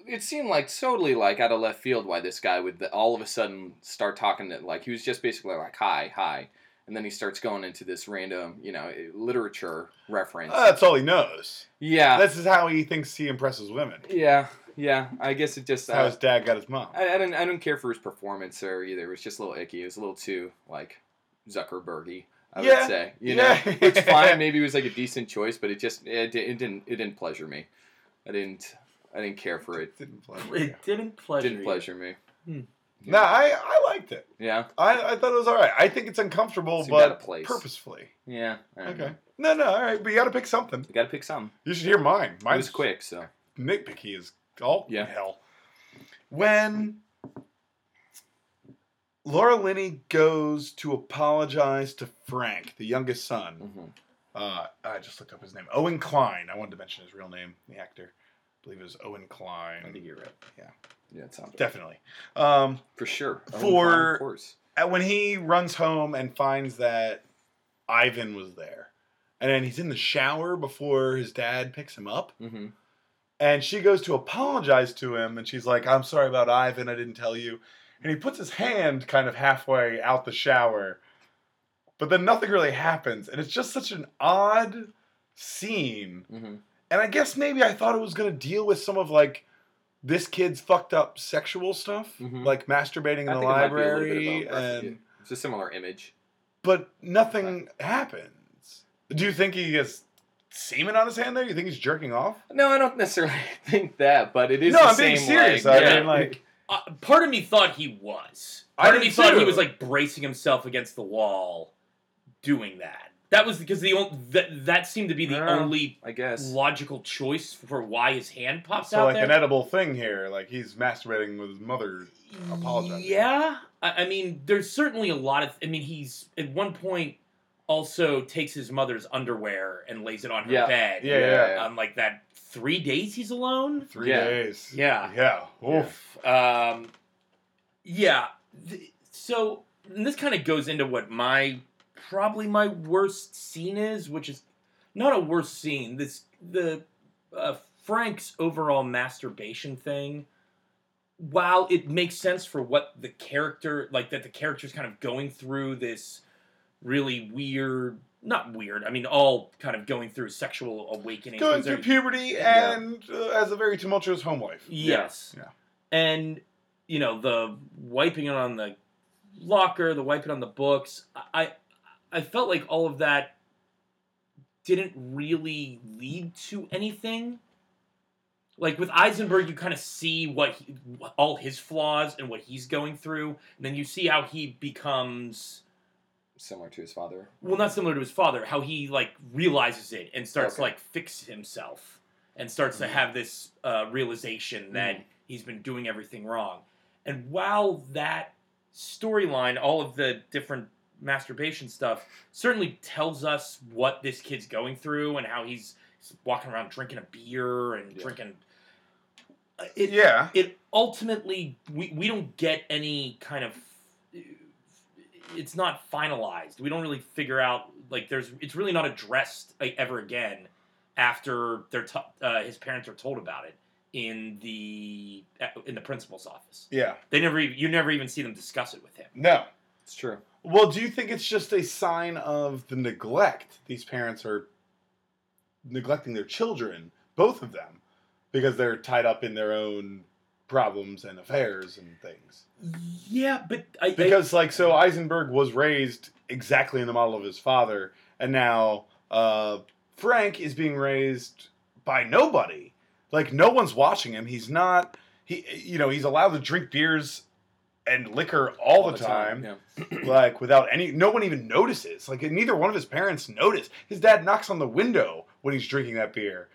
[SPEAKER 3] It seemed like totally like out of left field why this guy would th- all of a sudden start talking to like he was just basically like hi hi, and then he starts going into this random you know literature reference.
[SPEAKER 1] Uh, that's all he knows.
[SPEAKER 3] yeah,
[SPEAKER 1] This is how he thinks he impresses women.
[SPEAKER 3] yeah, yeah. I guess it just
[SPEAKER 1] How
[SPEAKER 3] uh,
[SPEAKER 1] his dad got his mom.
[SPEAKER 3] I, I don't I don't care for his performance there either. It was just a little icky. It was a little too like Zuckerbergy. I
[SPEAKER 1] Yeah.
[SPEAKER 3] would say, you
[SPEAKER 1] Yeah.
[SPEAKER 3] know, it's fine. Maybe it was like a decent choice, but it just it, di- it didn't it didn't pleasure me. I didn't I didn't care for it.
[SPEAKER 1] Didn't pleasure you.
[SPEAKER 4] It didn't pleasure.
[SPEAKER 3] didn't
[SPEAKER 4] you.
[SPEAKER 3] pleasure me.
[SPEAKER 4] Hmm.
[SPEAKER 3] Yeah.
[SPEAKER 1] No, I, I liked it.
[SPEAKER 3] yeah,
[SPEAKER 1] I, I thought it was all right. I think it's uncomfortable,
[SPEAKER 3] Seemed out
[SPEAKER 1] but
[SPEAKER 3] of place.
[SPEAKER 1] purposefully.
[SPEAKER 3] yeah. I don't
[SPEAKER 1] Okay.
[SPEAKER 3] know.
[SPEAKER 1] No, no, all right. But you got to pick something.
[SPEAKER 3] You gotta pick some.
[SPEAKER 1] You should hear mine.
[SPEAKER 3] Mine
[SPEAKER 1] Mine's
[SPEAKER 3] was quick, so
[SPEAKER 1] nitpicky is all
[SPEAKER 3] Yeah.
[SPEAKER 1] hell. When Laura Linney goes to apologize to Frank, the youngest son,
[SPEAKER 3] mhm.
[SPEAKER 1] uh, I just looked up his name, Owen Klein. I wanted to mention his real name, the actor. I believe it was Owen Klein.
[SPEAKER 3] I think you're right. yeah, it sounds
[SPEAKER 1] Definitely. Um,
[SPEAKER 3] for sure. Owen
[SPEAKER 1] For-
[SPEAKER 3] Klein, of course.
[SPEAKER 1] and when he runs home and finds that Ivan was there. And then he's in the shower before his dad picks him up.
[SPEAKER 3] Mm-hmm.
[SPEAKER 1] And she goes to apologize to him, and she's like, I'm sorry about Ivan, I didn't tell you. And he puts his hand kind of halfway out the shower, but then nothing really happens. And it's just such an odd scene.
[SPEAKER 3] Mm-hmm.
[SPEAKER 1] And I guess maybe I thought it was going to deal with some of like this kid's fucked up sexual stuff,
[SPEAKER 3] Mhm.
[SPEAKER 1] like masturbating in
[SPEAKER 3] I
[SPEAKER 1] the
[SPEAKER 3] think it might be a little bit
[SPEAKER 1] library.
[SPEAKER 3] about both.
[SPEAKER 1] And,
[SPEAKER 3] It's a similar image.
[SPEAKER 1] but nothing happens. Do you think he has semen on his hand there? You think he's jerking off?
[SPEAKER 3] No, I don't necessarily think that, but it is.
[SPEAKER 1] no,
[SPEAKER 3] the
[SPEAKER 1] I'm
[SPEAKER 3] same,
[SPEAKER 1] being serious.
[SPEAKER 3] Like,
[SPEAKER 1] I
[SPEAKER 3] yeah.
[SPEAKER 1] mean, like,
[SPEAKER 2] Uh, part of me thought he was.
[SPEAKER 1] I
[SPEAKER 2] Part of
[SPEAKER 1] did
[SPEAKER 2] me thought
[SPEAKER 1] too.
[SPEAKER 2] he was like bracing himself against the wall, doing that. That was because the only that that seemed to be the
[SPEAKER 3] Yeah.
[SPEAKER 2] only
[SPEAKER 3] I guess.
[SPEAKER 2] logical choice for why his hand pops
[SPEAKER 1] so
[SPEAKER 2] out
[SPEAKER 1] like
[SPEAKER 2] there.
[SPEAKER 1] an edible thing here. Like he's masturbating with his mother. apologize.
[SPEAKER 2] Yeah, I, I mean, there's certainly a lot of. I mean, he's at one point also takes his mother's underwear and lays it on her
[SPEAKER 3] Yeah.
[SPEAKER 2] bed.
[SPEAKER 1] Yeah, yeah.
[SPEAKER 2] On like that three days he's alone.
[SPEAKER 1] Three
[SPEAKER 3] Yeah.
[SPEAKER 1] days.
[SPEAKER 2] Yeah.
[SPEAKER 1] Yeah. Oof.
[SPEAKER 2] Um, yeah. th- so and this kind of goes into what my probably my worst scene is, which is not a worst scene. This the uh, Frank's overall masturbation thing. While it makes sense for what the character like that the character's kind of going through this really weird not weird i mean all kind of going through sexual awakening
[SPEAKER 1] Going
[SPEAKER 2] Things
[SPEAKER 1] through
[SPEAKER 2] are-
[SPEAKER 1] puberty
[SPEAKER 3] Yeah.
[SPEAKER 1] and uh, as a very tumultuous home life.
[SPEAKER 2] Yes.
[SPEAKER 1] Yeah.
[SPEAKER 2] And you know the wiping it on the locker, the wiping on the books. I I felt like all of that didn't really lead to anything. Like with Eisenberg, you kind of see what he, all his flaws and what he's going through, and then you see how he becomes
[SPEAKER 3] similar to his father.
[SPEAKER 2] well, not similar to his father, how he like realizes it and starts to
[SPEAKER 3] Okay. Mm-hmm.
[SPEAKER 2] like fix himself and starts to have this uh, realization that he's been doing everything wrong. And while that storyline, all of the different masturbation stuff, certainly tells us what this kid's going through and how he's walking around drinking a beer and
[SPEAKER 3] Yeah.
[SPEAKER 2] drinking. uh, It,
[SPEAKER 1] yeah.
[SPEAKER 2] it ultimately we, we don't get any kind of it's not finalized we don't really figure out like there's it's really not addressed like, ever again after their t- uh, his parents are told about it in the uh, in the principal's office
[SPEAKER 1] Yeah.
[SPEAKER 2] they never even, you never even see them discuss it with him
[SPEAKER 1] No.
[SPEAKER 3] It's true.
[SPEAKER 1] Well, do you think it's just a sign of the neglect these parents are neglecting their children, both of them, because they're tied up in their own problems and affairs and things?
[SPEAKER 2] yeah but i
[SPEAKER 1] Because, like, so Eisenberg was raised exactly in the model of his father, and now uh, Frank is being raised by nobody. Like, no one's watching him. He's not, he, you know, he's allowed to drink beers and liquor all, the, time
[SPEAKER 3] Yeah.
[SPEAKER 1] like without any no one even notices like neither one of his parents notice his dad knocks on the window when he's drinking that beer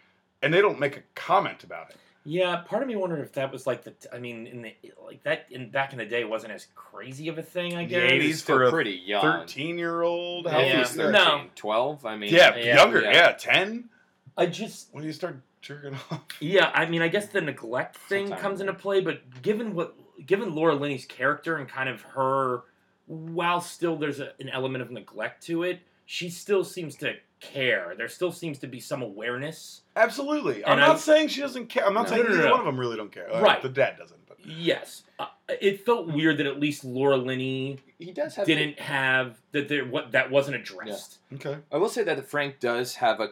[SPEAKER 1] and they don't make a comment about it
[SPEAKER 2] Yeah, part of me wondered if that was like the. T- I mean, in the like that in back in the day it wasn't as crazy of a thing. I
[SPEAKER 1] The
[SPEAKER 2] guess.
[SPEAKER 1] 80s.
[SPEAKER 3] He's
[SPEAKER 1] He's for
[SPEAKER 3] still
[SPEAKER 1] a
[SPEAKER 3] pretty young.
[SPEAKER 1] 13 year old
[SPEAKER 3] How old
[SPEAKER 2] Yeah.
[SPEAKER 3] is
[SPEAKER 1] yeah.
[SPEAKER 3] 13?
[SPEAKER 2] No.
[SPEAKER 3] 12? I mean,
[SPEAKER 1] yeah,
[SPEAKER 2] Yeah,
[SPEAKER 1] younger
[SPEAKER 3] yeah.
[SPEAKER 1] yeah 10
[SPEAKER 2] I just
[SPEAKER 1] when do you start jerking off
[SPEAKER 2] yeah. I mean, I guess the neglect thing
[SPEAKER 3] Sometime.
[SPEAKER 2] comes into play, but given what given Laura Linney's character and kind of her, while still there's a, an element of neglect to it, she still seems to care. There still seems to be some awareness.
[SPEAKER 1] absolutely i'm
[SPEAKER 2] And
[SPEAKER 1] not
[SPEAKER 2] I'm-
[SPEAKER 1] saying she doesn't care i'm not
[SPEAKER 3] No.
[SPEAKER 1] saying
[SPEAKER 2] No, no,
[SPEAKER 1] either
[SPEAKER 2] no.
[SPEAKER 1] one of them really don't care Like,
[SPEAKER 2] Right.
[SPEAKER 1] the dad doesn't but
[SPEAKER 2] Yes, uh, it felt weird that at least Laura Linney
[SPEAKER 3] He does have.
[SPEAKER 2] didn't have that. There what that wasn't addressed.
[SPEAKER 1] okay
[SPEAKER 3] I will say that Frank does have a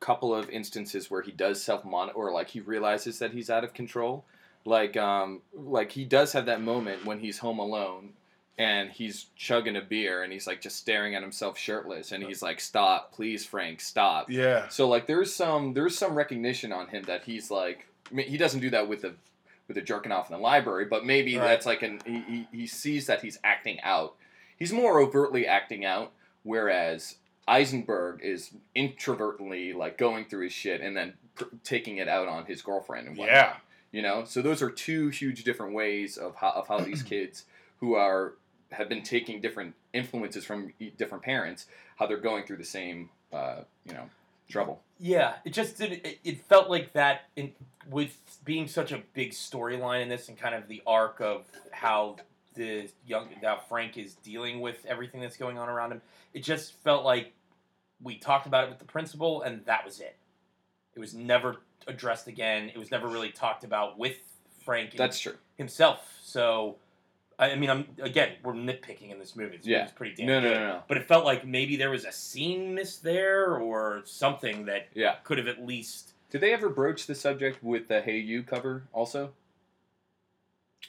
[SPEAKER 3] couple of instances where he does self monitor, or like he realizes that he's out of control. Like, um, like he does have that moment when he's home alone and he's chugging a beer and he's like just staring at himself shirtless and he's like, "Stop, please, Frank, stop."
[SPEAKER 1] yeah
[SPEAKER 3] So like there's some there's some recognition on him that he's like I mean, he doesn't do that with the with the jerking off in the library, but maybe
[SPEAKER 1] Right.
[SPEAKER 3] that's like an he, he, he sees that he's acting out. He's more overtly acting out, whereas Eisenberg is introvertly like going through his shit and then pr- taking it out on his girlfriend and whatnot.
[SPEAKER 1] yeah
[SPEAKER 3] You know, so those are two huge different ways of how of how these kids who are have been taking different influences from e- different parents, how they're going through the same uh, you know trouble.
[SPEAKER 2] Yeah, it just did. It, it felt like that in, with being such a big storyline in this, and kind of the arc of how the young now Frank is dealing with everything that's going on around him. It just felt like we talked about it with the principal, and that was it. It was never addressed again. It was never really talked about with Frank. and
[SPEAKER 3] That's true.
[SPEAKER 2] himself. So, I I mean, I'm again, we're nitpicking in this movie. It's
[SPEAKER 3] Yeah.
[SPEAKER 2] pretty damn
[SPEAKER 3] No, no,
[SPEAKER 2] good.
[SPEAKER 3] no, no.
[SPEAKER 2] But it felt like maybe there was a scene missed there or something that
[SPEAKER 3] Yeah.
[SPEAKER 2] could have at least.
[SPEAKER 3] Did they ever broach the subject with the Hey You cover also?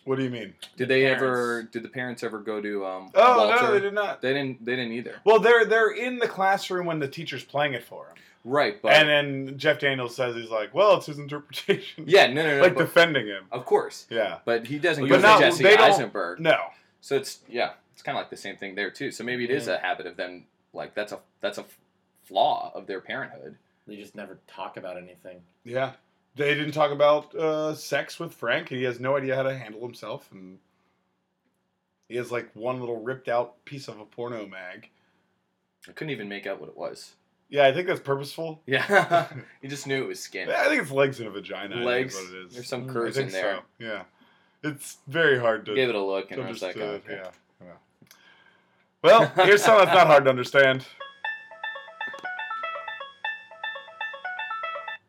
[SPEAKER 1] What do you mean?
[SPEAKER 3] Did they
[SPEAKER 2] parents.
[SPEAKER 3] ever? Did the parents ever go to? Um,
[SPEAKER 1] Oh
[SPEAKER 3] Walter?
[SPEAKER 1] no, they did not.
[SPEAKER 3] They didn't. They didn't either.
[SPEAKER 1] Well, they're they're in the classroom when the teacher's playing it for him,
[SPEAKER 3] Right, but
[SPEAKER 1] and then Jeff Daniels says he's like, "Well, it's his interpretation."
[SPEAKER 3] yeah, no, no, no.
[SPEAKER 1] like
[SPEAKER 3] but-
[SPEAKER 1] defending him.
[SPEAKER 3] of course,
[SPEAKER 1] Yeah,
[SPEAKER 3] but he doesn't
[SPEAKER 1] But
[SPEAKER 3] go to
[SPEAKER 1] not-
[SPEAKER 3] Jesse
[SPEAKER 1] they don't-
[SPEAKER 3] Eisenberg.
[SPEAKER 1] no,
[SPEAKER 3] So it's yeah, it's kind of like the same thing there too. So maybe it is a habit of them. Like that's a that's a f- flaw of their parenthood.
[SPEAKER 2] They just never talk about anything.
[SPEAKER 1] yeah. They didn't talk about uh, sex with Frank, and he has no idea how to handle himself, and he has like one little ripped out piece of a porno mag.
[SPEAKER 3] I couldn't even make out what it was.
[SPEAKER 1] Yeah, I think that's purposeful.
[SPEAKER 3] Yeah, you just knew it was skin.
[SPEAKER 1] Yeah, I think it's legs and a vagina. I think
[SPEAKER 3] Legs.
[SPEAKER 1] is what it is.
[SPEAKER 3] There's some
[SPEAKER 1] Mm, I
[SPEAKER 3] curves
[SPEAKER 1] think
[SPEAKER 3] in there.
[SPEAKER 1] so, Yeah, it's very hard to.
[SPEAKER 3] Gave it a look, and
[SPEAKER 1] to
[SPEAKER 3] I was
[SPEAKER 1] just,
[SPEAKER 3] like,
[SPEAKER 1] uh,
[SPEAKER 3] oh, okay.
[SPEAKER 1] yeah, yeah. Well, here's something that's not hard to understand.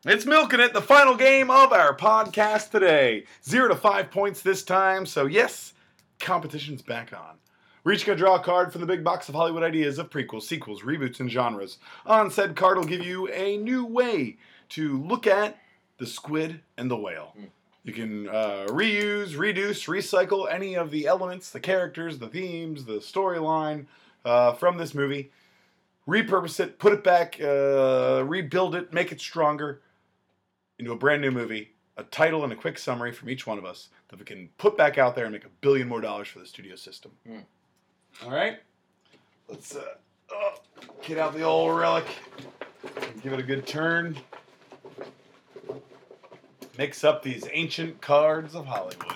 [SPEAKER 1] It's milking it, the final game of our podcast today. Zero to five points this time, so yes, competition's back on. We're each going to draw a card from the big box of Hollywood ideas of prequels, sequels, reboots, and genres. On said card will give you a new way to look at the squid and the whale. You can uh, reuse, reduce, recycle any of the elements, the characters, the themes, the storyline uh, from this movie, repurpose it, put it back, uh, rebuild it, make it stronger into a brand new movie. A title and a quick summary from each one of us that we can put back out there and make a billion more dollars for the studio system. All right, let's uh, oh, get out the old relic, give it a good turn mix up these ancient cards of Hollywood.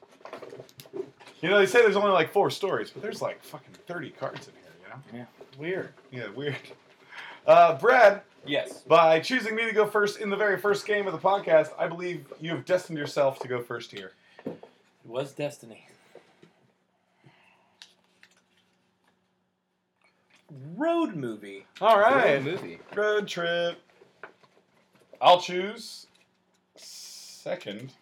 [SPEAKER 1] you know, they say there's only like four stories, but there's like fucking 30 cards in here, you know? Yeah. Weird. Yeah, weird. Uh, Brad,
[SPEAKER 2] Yes.
[SPEAKER 1] by choosing me to go first in the very first game of the podcast, I believe you have destined yourself to go first here.
[SPEAKER 2] It was destiny. Road movie.
[SPEAKER 1] All
[SPEAKER 3] Good
[SPEAKER 1] right.
[SPEAKER 3] movie.
[SPEAKER 1] Road trip. I'll choose second.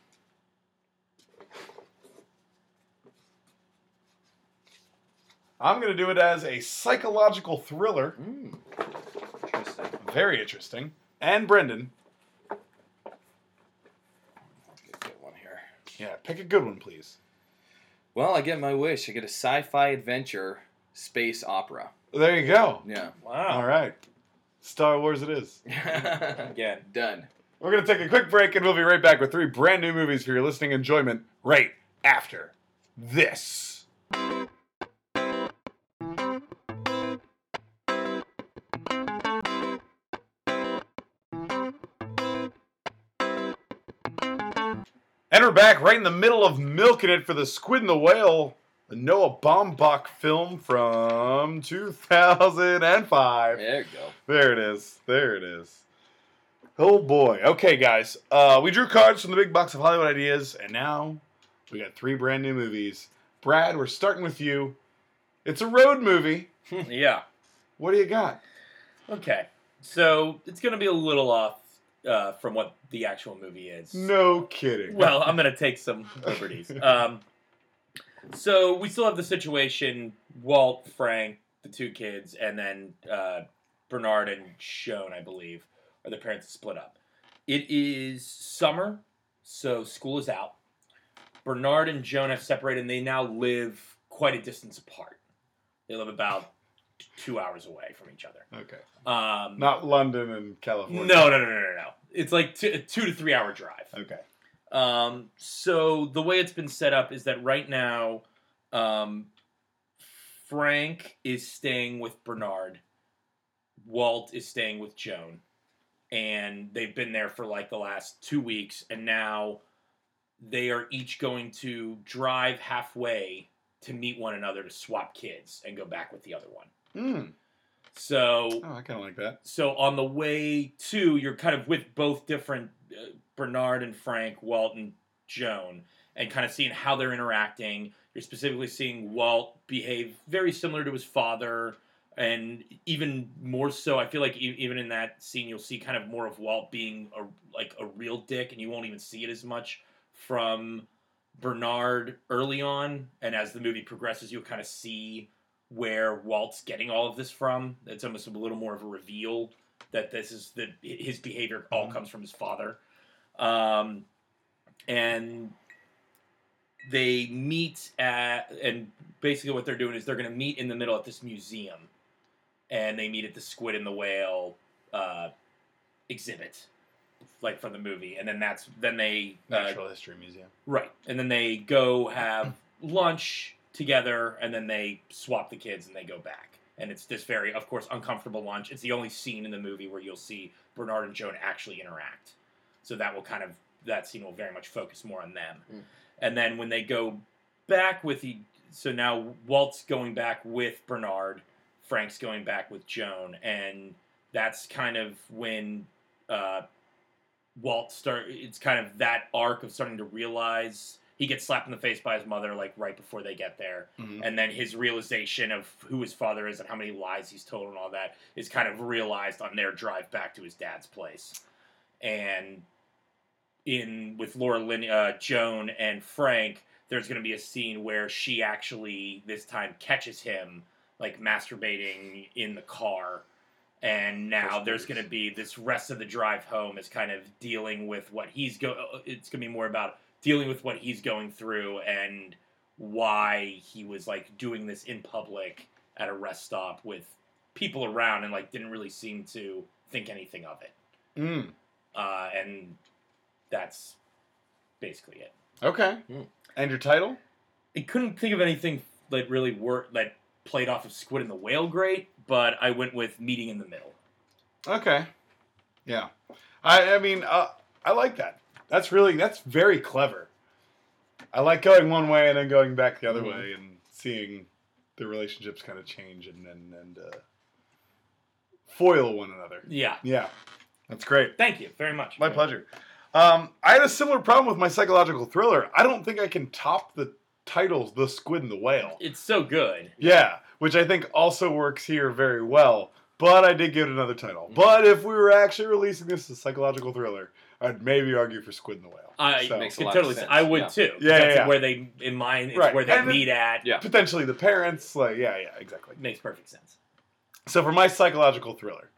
[SPEAKER 1] I'm going to do it as a psychological thriller.
[SPEAKER 3] Mm. Interesting.
[SPEAKER 1] Very interesting. And Brendan.
[SPEAKER 3] Good, good one here.
[SPEAKER 1] Yeah, pick a good one, please.
[SPEAKER 3] Well, I get my wish. I get a sci-fi adventure space opera.
[SPEAKER 1] There you go.
[SPEAKER 3] Yeah.
[SPEAKER 1] All
[SPEAKER 2] Wow.
[SPEAKER 1] right. Star Wars it is.
[SPEAKER 2] Again.
[SPEAKER 3] Done.
[SPEAKER 1] We're going to take a quick break and we'll be right back with three brand new movies for your listening enjoyment right after this. And we're back right in the middle of milking it for the Squid and the Whale, the Noah Baumbach film from 2005.
[SPEAKER 3] There you go.
[SPEAKER 1] There it is. There it is. Oh boy. Okay, guys. Uh, we drew cards from the big box of Hollywood ideas, and now we got three brand new movies. Brad, we're starting with you. It's a road movie.
[SPEAKER 2] yeah.
[SPEAKER 1] What do you got?
[SPEAKER 2] Okay. So it's going to be a little off uh, from what the actual movie is.
[SPEAKER 1] No kidding.
[SPEAKER 2] Well, I'm going to take some liberties. Um, so we still have the situation: Walt, Frank, the two kids, and then uh, Bernard and Shone, I believe, are the parents that split up. It is summer, so school is out. Bernard and Joan have separated, and they now live quite a distance apart. They live about two hours away from each other.
[SPEAKER 1] okay.
[SPEAKER 2] Um,
[SPEAKER 1] Not London and
[SPEAKER 2] no,
[SPEAKER 1] California.
[SPEAKER 2] no, no, no, no, no. It's like two, a two to three hour drive.
[SPEAKER 1] Okay.
[SPEAKER 2] Um, so the way it's been set up is that right now, um, Frank is staying with Bernard, Walt is staying with Joan, and they've been there for like the last two weeks, and now they are each going to drive halfway to meet one another to swap kids and go back with the other one.
[SPEAKER 1] Hmm.
[SPEAKER 2] So
[SPEAKER 1] Oh, I kind of like that.
[SPEAKER 2] so on the way to, you're kind of with both different uh, Bernard and Frank, Walt and Joan, and kind of seeing how they're interacting. You're specifically seeing Walt behave very similar to his father, and even more so. I feel like e- even in that scene, you'll see kind of more of Walt being a like a real dick, and you won't even see it as much from Bernard early on. And as the movie progresses, you'll kind of see where Walt's getting all of this from. It's almost a little more of a reveal that this is that his behavior all comes from his father. Um, and they meet at and basically what they're doing is they're going to meet in the middle at this museum and they meet at the squid and the whale uh, exhibit like from the movie and then that's then they uh,
[SPEAKER 1] Natural History Museum.
[SPEAKER 2] right and then they go have lunch together and then they swap the kids and they go back and it's this very of course uncomfortable lunch it's the only scene in the movie where you'll see bernard and joan actually interact so that will kind of that scene will very much focus more on them
[SPEAKER 3] Mm.
[SPEAKER 2] and then when they go back with the so now walt's going back with bernard frank's going back with joan and that's kind of when uh, walt start it's kind of that arc of starting to realize he gets slapped in the face by his mother like right before they get there
[SPEAKER 1] Mhm.
[SPEAKER 2] and then his realization of who his father is and how many lies he's told and all that is kind of realized on their drive back to his dad's place and in with laura Lin, uh, joan and frank there's going to be a scene where she actually this time catches him like masturbating in the car and now
[SPEAKER 1] First
[SPEAKER 2] there's
[SPEAKER 1] place.
[SPEAKER 2] going to be this rest of the drive home is kind of dealing with what he's go uh, it's going to be more about dealing with what he's going through and why he was like doing this in public at a rest stop with people around and like didn't really seem to think anything of it.
[SPEAKER 1] Mm.
[SPEAKER 2] Uh, and that's basically it.
[SPEAKER 1] Okay.
[SPEAKER 3] Mm.
[SPEAKER 1] And your title?
[SPEAKER 2] I couldn't think of anything that really worked that played off of Squid and the Whale great, but I went with Meeting in the Middle.
[SPEAKER 1] Okay. Yeah. I I mean uh, I like that. That's really that's very clever. I like going one way and then going back the other
[SPEAKER 3] Mhm.
[SPEAKER 1] way and seeing the relationships kind of change and and, and uh, foil one another.
[SPEAKER 2] Yeah.
[SPEAKER 1] Yeah. That's great.
[SPEAKER 2] Thank you very much.
[SPEAKER 1] My pleasure. Um, I had a similar problem with my psychological thriller. I don't think I can top the titles The Squid and the Whale.
[SPEAKER 2] It's so good.
[SPEAKER 1] Yeah, which I think also works here very well. But I did give it another title. But if we were actually releasing this as a psychological thriller, I'd maybe argue for Squid and the Whale.
[SPEAKER 2] I
[SPEAKER 1] So-
[SPEAKER 3] Makes a
[SPEAKER 2] can
[SPEAKER 3] lot of
[SPEAKER 2] totally.
[SPEAKER 3] sense,
[SPEAKER 2] I would
[SPEAKER 3] yeah.
[SPEAKER 2] too.
[SPEAKER 1] Yeah,
[SPEAKER 2] That's
[SPEAKER 1] yeah,
[SPEAKER 2] where they in mine. It's
[SPEAKER 1] Right,
[SPEAKER 2] where they
[SPEAKER 1] and it-
[SPEAKER 2] meet at.
[SPEAKER 3] Yeah.
[SPEAKER 1] Potentially the parents, like yeah, yeah, exactly.
[SPEAKER 2] Makes perfect sense.
[SPEAKER 1] So for my psychological thriller,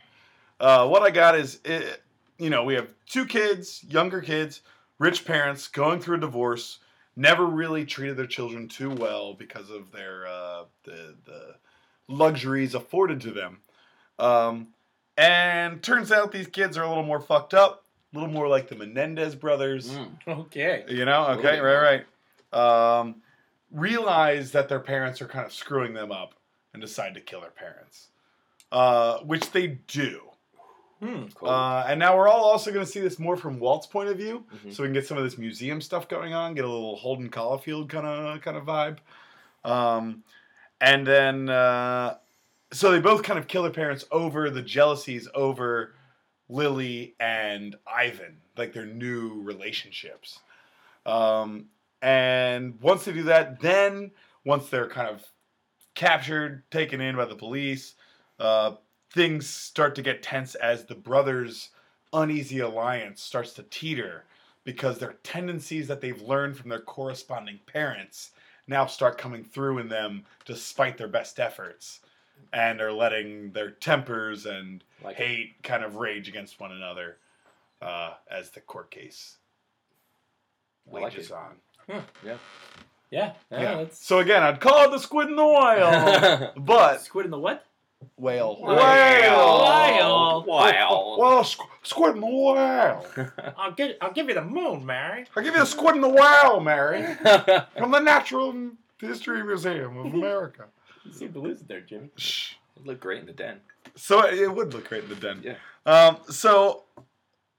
[SPEAKER 1] uh, what I got is, it, you know, we have two kids, younger kids, rich parents going through a divorce, never really treated their children too well because of their uh, the the luxuries afforded to them, um, and turns out these kids are a little more fucked up, a little more like the Menendez brothers.
[SPEAKER 3] Mm.
[SPEAKER 2] Okay.
[SPEAKER 1] You know,
[SPEAKER 3] Little
[SPEAKER 1] okay,
[SPEAKER 3] bit
[SPEAKER 1] right, right. Um, realize that their parents are kind of screwing them up and decide to kill their parents, uh, which they do.
[SPEAKER 2] Hmm.
[SPEAKER 3] Cool.
[SPEAKER 1] Uh, and now we're all also going to see this more from Walt's point of view,
[SPEAKER 3] Mhm.
[SPEAKER 1] so we can get some of this museum stuff going on, get a little Holden Caulfield kind of kind of vibe. Um, and then, uh, so they both kind of kill their parents over the jealousies over Lily and Ivan, like their new relationships. Um, and once they do that, then once they're kind of captured, taken in by the police, uh, things start to get tense as the brothers' uneasy alliance starts to teeter because their tendencies that they've learned from their corresponding parents now start coming through in them despite their best efforts and are letting their tempers and
[SPEAKER 3] like it.
[SPEAKER 1] hate kind of rage against one another uh, as the court case
[SPEAKER 3] I like
[SPEAKER 1] wages
[SPEAKER 3] it.
[SPEAKER 1] on.
[SPEAKER 2] Yeah. Yeah.
[SPEAKER 1] yeah.
[SPEAKER 2] That's
[SPEAKER 1] So again, I'd call it the squid in the whale, but
[SPEAKER 2] Squid in the what?
[SPEAKER 1] whale,
[SPEAKER 2] Whale.
[SPEAKER 3] Wow.
[SPEAKER 1] well, squ- squid in the whale.
[SPEAKER 2] I'll get. I'll give you the moon, Mary.
[SPEAKER 1] I'll give you the squid in the whale, Mary, from the Natural History Museum of America.
[SPEAKER 2] You seem to lose it there, Jimmy.
[SPEAKER 1] Shh.
[SPEAKER 3] It looked great in the den.
[SPEAKER 1] So it it would look great in the den.
[SPEAKER 3] Yeah.
[SPEAKER 1] Um, so,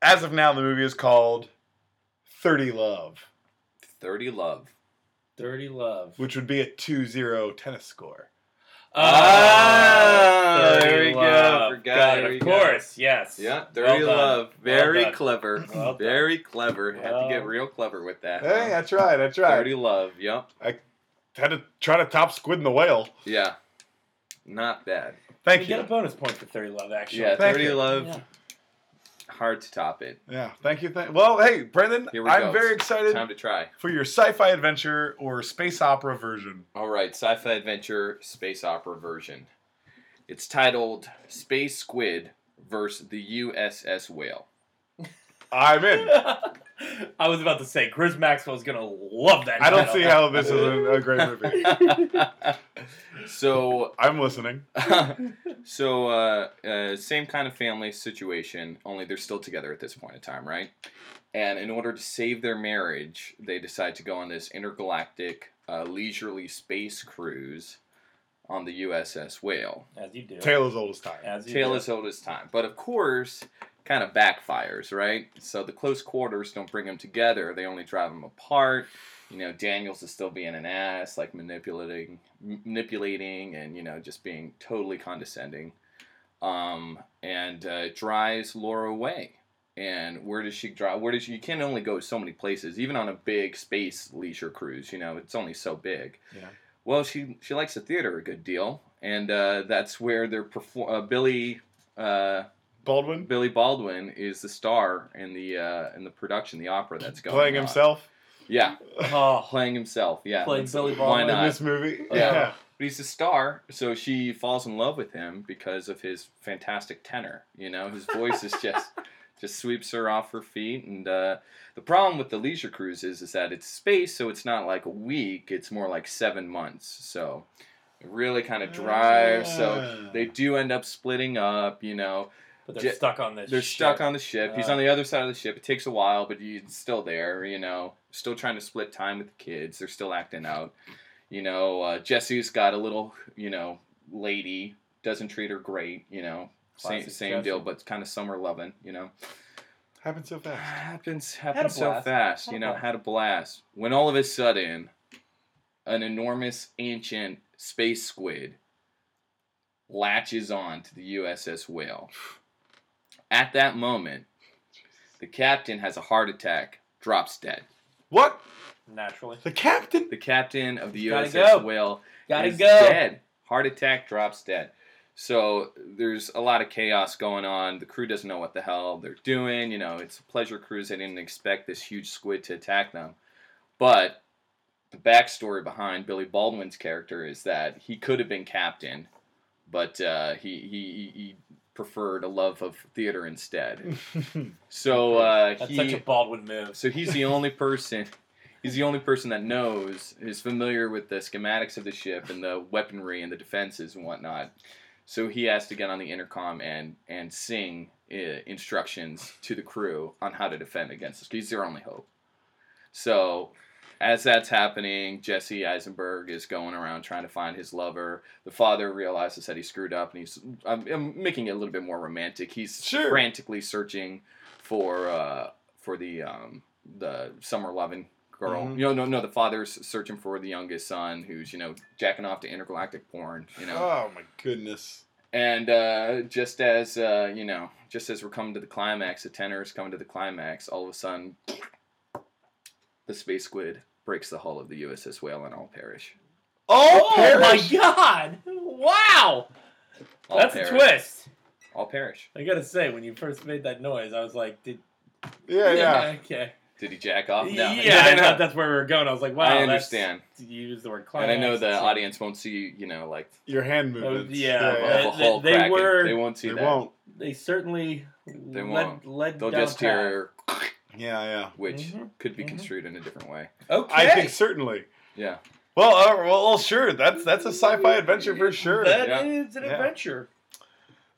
[SPEAKER 1] as of now, the movie is called 30 Love,
[SPEAKER 3] 30 Love.
[SPEAKER 2] Dirty love.
[SPEAKER 1] which would be a 2 0 tennis score.
[SPEAKER 2] Uh,
[SPEAKER 3] Ah, there we go. Forgot,
[SPEAKER 2] Got
[SPEAKER 3] there
[SPEAKER 2] it.
[SPEAKER 3] we
[SPEAKER 2] Of
[SPEAKER 3] go.
[SPEAKER 2] course. Yes.
[SPEAKER 3] Yeah,
[SPEAKER 2] Well
[SPEAKER 3] Dirty
[SPEAKER 2] done.
[SPEAKER 3] Love.
[SPEAKER 2] Well
[SPEAKER 3] Very
[SPEAKER 2] done.
[SPEAKER 3] clever.
[SPEAKER 2] Well done.
[SPEAKER 3] Very clever. Had to
[SPEAKER 2] Well-
[SPEAKER 3] get real clever with that.
[SPEAKER 1] Hey, I tried, I tried.
[SPEAKER 3] Dirty Love. Yep.
[SPEAKER 1] had to try to top Squid and the Whale.
[SPEAKER 3] Yeah. Not bad.
[SPEAKER 2] You
[SPEAKER 1] Thank
[SPEAKER 2] get a
[SPEAKER 1] you.
[SPEAKER 2] bonus point for 30 love, actually.
[SPEAKER 3] Yeah,
[SPEAKER 1] Thank
[SPEAKER 3] 30
[SPEAKER 1] you.
[SPEAKER 3] love.
[SPEAKER 2] Yeah.
[SPEAKER 3] Hard to top it.
[SPEAKER 1] Yeah, thank you. Thank- well, hey, Brendan,
[SPEAKER 3] Here we go.
[SPEAKER 1] I'm very
[SPEAKER 3] It's
[SPEAKER 1] excited
[SPEAKER 3] Time to try.
[SPEAKER 1] for your sci-fi adventure or space opera version.
[SPEAKER 3] All right, sci-fi adventure space opera version. It's titled Space Squid versus the USS Whale.
[SPEAKER 1] I'm in.
[SPEAKER 2] I was about to say, Chris Maxwell's going to love that.
[SPEAKER 1] I don't
[SPEAKER 2] title.
[SPEAKER 1] see how this is a, a great movie.
[SPEAKER 3] so,
[SPEAKER 1] I'm listening.
[SPEAKER 3] so uh, uh, same kind of family situation, only they're still together at this point in time, right? And in order to save their marriage, they decide to go on this intergalactic, uh, leisurely space cruise on the USS Whale.
[SPEAKER 2] As you do.
[SPEAKER 1] Tale as old as time.
[SPEAKER 2] As you
[SPEAKER 3] Tale
[SPEAKER 2] do.
[SPEAKER 3] as old as time. But of course, kind of backfires, right? So the close quarters don't bring them together, they only drive them apart. You know, Daniels is still being an ass, like manipulating, m- manipulating, and you know, just being totally condescending. Um, and uh, drives Laura away. And where does she drive? Where does she? You can only go so many places, even on a big space leisure cruise. You know, it's only so big.
[SPEAKER 1] Yeah.
[SPEAKER 3] Well, she she likes the theater a good deal, and uh, that's where they're perform. Uh, Billy uh,
[SPEAKER 1] Baldwin
[SPEAKER 3] Billy Baldwin is the star in the uh, in the production, the opera that's going
[SPEAKER 1] playing
[SPEAKER 3] on.
[SPEAKER 1] himself
[SPEAKER 3] Yeah,
[SPEAKER 2] Oh,
[SPEAKER 3] playing himself. Yeah,
[SPEAKER 2] Playing
[SPEAKER 3] That's-
[SPEAKER 2] Billy
[SPEAKER 3] Why
[SPEAKER 2] Baldwin.
[SPEAKER 1] in
[SPEAKER 3] not?
[SPEAKER 1] this movie.
[SPEAKER 3] Yeah.
[SPEAKER 1] Yeah.
[SPEAKER 3] But he's a star, so she falls in love with him because of his fantastic tenor. You know, his voice is just just sweeps her off her feet. And uh, the problem with the leisure cruise is, is that it's space, so it's not like a week; it's more like seven months. So it really kind of drives. So
[SPEAKER 1] Ah.
[SPEAKER 3] they do end up splitting up. You know,
[SPEAKER 2] but they're
[SPEAKER 3] J-
[SPEAKER 2] stuck on this
[SPEAKER 3] they're
[SPEAKER 2] shit.
[SPEAKER 3] stuck on the ship. He's
[SPEAKER 2] Uh.
[SPEAKER 3] on the other side of the ship. It takes a while, but he's still there. You know, still trying to split time with the kids. They're still acting out. You know, uh, Jesse's got a little, you know, lady doesn't treat her great. You know, same
[SPEAKER 2] Classic
[SPEAKER 3] same
[SPEAKER 2] Jesse.
[SPEAKER 3] deal, but kind of summer loving. You know,
[SPEAKER 1] Happened so fast.
[SPEAKER 3] happens
[SPEAKER 2] Had a
[SPEAKER 3] happens so
[SPEAKER 2] blast.
[SPEAKER 3] fast.
[SPEAKER 2] Had
[SPEAKER 3] you
[SPEAKER 2] a
[SPEAKER 3] know,
[SPEAKER 2] blast.
[SPEAKER 3] had a blast when all of a sudden, an enormous ancient space squid latches on to the USS Whale. At that moment, the captain has a heart attack, drops dead.
[SPEAKER 1] What?
[SPEAKER 2] Naturally.
[SPEAKER 1] The captain?
[SPEAKER 3] The captain of the
[SPEAKER 2] Gotta
[SPEAKER 3] USS
[SPEAKER 2] go.
[SPEAKER 3] Whale
[SPEAKER 2] Gotta
[SPEAKER 3] is
[SPEAKER 2] go.
[SPEAKER 3] dead. Heart attack, drops dead. So there's a lot of chaos going on. The crew doesn't know what the hell they're doing. You know, it's a pleasure cruise. They didn't expect this huge squid to attack them. But the backstory behind Billy Baldwin's character is that he could have been captain, but uh, he, he he- he preferred a love of theater instead.
[SPEAKER 1] Oh,
[SPEAKER 3] so uh,
[SPEAKER 2] That's
[SPEAKER 3] he,
[SPEAKER 2] such a Baldwin move.
[SPEAKER 3] so he's the only person. He's the only person that knows is familiar with the schematics of the ship and the weaponry and the defenses and whatnot. So he has to get on the intercom and and sing uh, instructions to the crew on how to defend against this. He's their only hope. So. As that's happening, Jesse Eisenberg is going around trying to find his lover. The father realizes that he screwed up, and he's. I'm, I'm making it a little bit more romantic. He's
[SPEAKER 1] Sure.
[SPEAKER 3] frantically searching for uh, for the um, the summer loving girl.
[SPEAKER 1] Mhm.
[SPEAKER 3] You know, no, no, the father's searching for the youngest son who's you know jacking off to intergalactic porn. You know,
[SPEAKER 1] Oh my goodness.
[SPEAKER 3] and uh, just as uh, you know, just as we're coming to the climax, the tenor is coming to the climax. All of a sudden, the space squid breaks the hull of the USS Whale and all perish.
[SPEAKER 1] Oh,
[SPEAKER 2] Oh
[SPEAKER 1] perish.
[SPEAKER 2] my god! Wow!
[SPEAKER 3] All
[SPEAKER 2] That's
[SPEAKER 3] perish.
[SPEAKER 2] a twist.
[SPEAKER 3] All perish.
[SPEAKER 2] I gotta say, when you first made that noise, I was like, did.
[SPEAKER 1] Yeah, yeah.
[SPEAKER 2] Okay.
[SPEAKER 3] Did he jack off? Oh, No.
[SPEAKER 2] Yeah,
[SPEAKER 3] I
[SPEAKER 2] I
[SPEAKER 3] know.
[SPEAKER 2] thought that's where we were going. I was like, wow.
[SPEAKER 3] I
[SPEAKER 2] that's-
[SPEAKER 3] understand,
[SPEAKER 2] you used the word
[SPEAKER 3] and
[SPEAKER 2] climax.
[SPEAKER 3] I know the
[SPEAKER 2] That's-
[SPEAKER 3] audience won't see you know like
[SPEAKER 1] Your hand
[SPEAKER 2] Oh,
[SPEAKER 1] movements.
[SPEAKER 2] yeah,
[SPEAKER 3] of
[SPEAKER 2] Uh,
[SPEAKER 3] a
[SPEAKER 2] they-
[SPEAKER 3] hull
[SPEAKER 2] they
[SPEAKER 3] cracking.
[SPEAKER 2] were-
[SPEAKER 3] They won't see
[SPEAKER 1] They
[SPEAKER 3] that.
[SPEAKER 1] won't.
[SPEAKER 2] They certainly led,
[SPEAKER 3] won't.
[SPEAKER 2] led
[SPEAKER 3] They'll
[SPEAKER 2] down
[SPEAKER 3] just
[SPEAKER 2] a path.
[SPEAKER 3] hear,
[SPEAKER 1] Yeah, yeah.
[SPEAKER 3] which
[SPEAKER 2] Mhm.
[SPEAKER 3] could be
[SPEAKER 2] Mhm.
[SPEAKER 3] construed in a different way.
[SPEAKER 2] Okay.
[SPEAKER 1] I think certainly.
[SPEAKER 3] Yeah.
[SPEAKER 1] Well, uh, well, sure. That's that's a sci-fi adventure for sure.
[SPEAKER 2] that
[SPEAKER 3] Yeah.
[SPEAKER 2] is an
[SPEAKER 1] Yeah.
[SPEAKER 2] adventure.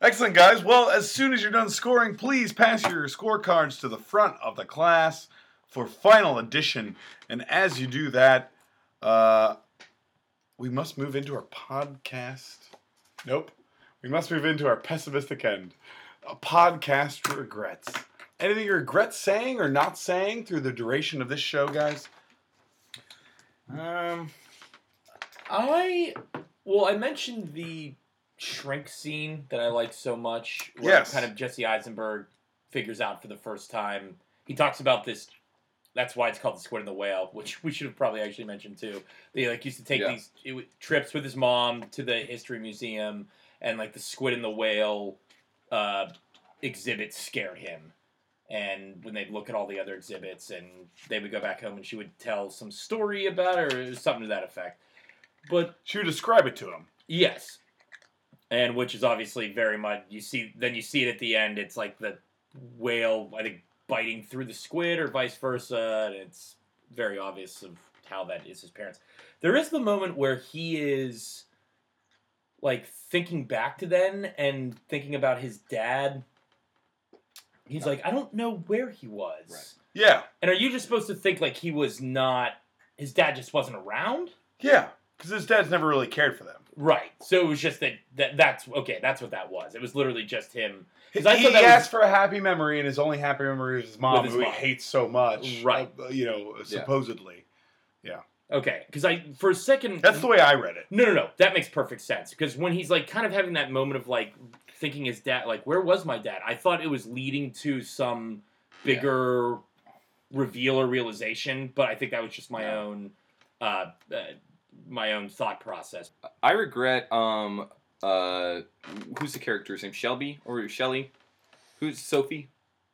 [SPEAKER 1] Excellent, guys. Well, as soon as you're done scoring, please pass your scorecards to the front of the class for final addition. And as you do that, uh, we must move into our podcast. Nope. We must move into our pessimistic end. A podcast regrets. Anything you regret saying or not saying through the duration of this show, guys?
[SPEAKER 3] Um.
[SPEAKER 2] I well, I mentioned the shrink scene that I like so much. Where
[SPEAKER 1] Yes.
[SPEAKER 2] kind of Jesse Eisenberg figures out for the first time. He talks about this That's why it's called the Squid and the Whale, which we should have probably actually mentioned too. They like used to take
[SPEAKER 3] Yeah.
[SPEAKER 2] these it, would- trips with his mom to the history museum, and like the Squid and the Whale uh, exhibit scared him. And when they'd look at all the other exhibits, and they would go back home, and she would tell some story about it, or it was something to that effect. But
[SPEAKER 1] She would describe it to him.
[SPEAKER 2] Yes. And which is obviously very much you see then you see it at the end, it's like the whale I think biting through the squid or vice versa, and it's very obvious of how that is his parents. There is the moment where he is like thinking back to then and thinking about his dad. He's like, I don't know where he was.
[SPEAKER 3] Right.
[SPEAKER 1] Yeah,
[SPEAKER 2] And are you just supposed to think like he was not his dad just wasn't around?
[SPEAKER 1] yeah. Because his dad's never really cared for them.
[SPEAKER 2] Right. So it was just that, that that's okay, that's what that was. It was literally just him.
[SPEAKER 1] He,
[SPEAKER 2] 'Cause I thought that was-
[SPEAKER 1] asked for a happy memory, and his only happy memory is his mom,
[SPEAKER 2] his
[SPEAKER 1] who
[SPEAKER 2] mom.
[SPEAKER 1] he hates so much.
[SPEAKER 2] Right.
[SPEAKER 1] uh, you know, supposedly.
[SPEAKER 2] Okay, cuz I for a second
[SPEAKER 1] That's the way I read it.
[SPEAKER 2] No, no, no. That makes perfect sense because when he's like kind of having that moment of like thinking his dad like where was my dad? I thought it was leading to some bigger reveal or realization, but I think that was just my
[SPEAKER 3] Yeah.
[SPEAKER 2] own uh, uh my own thought process.
[SPEAKER 3] I regret um uh who's the character's name? Shelby or Shelly? Who's Sophie?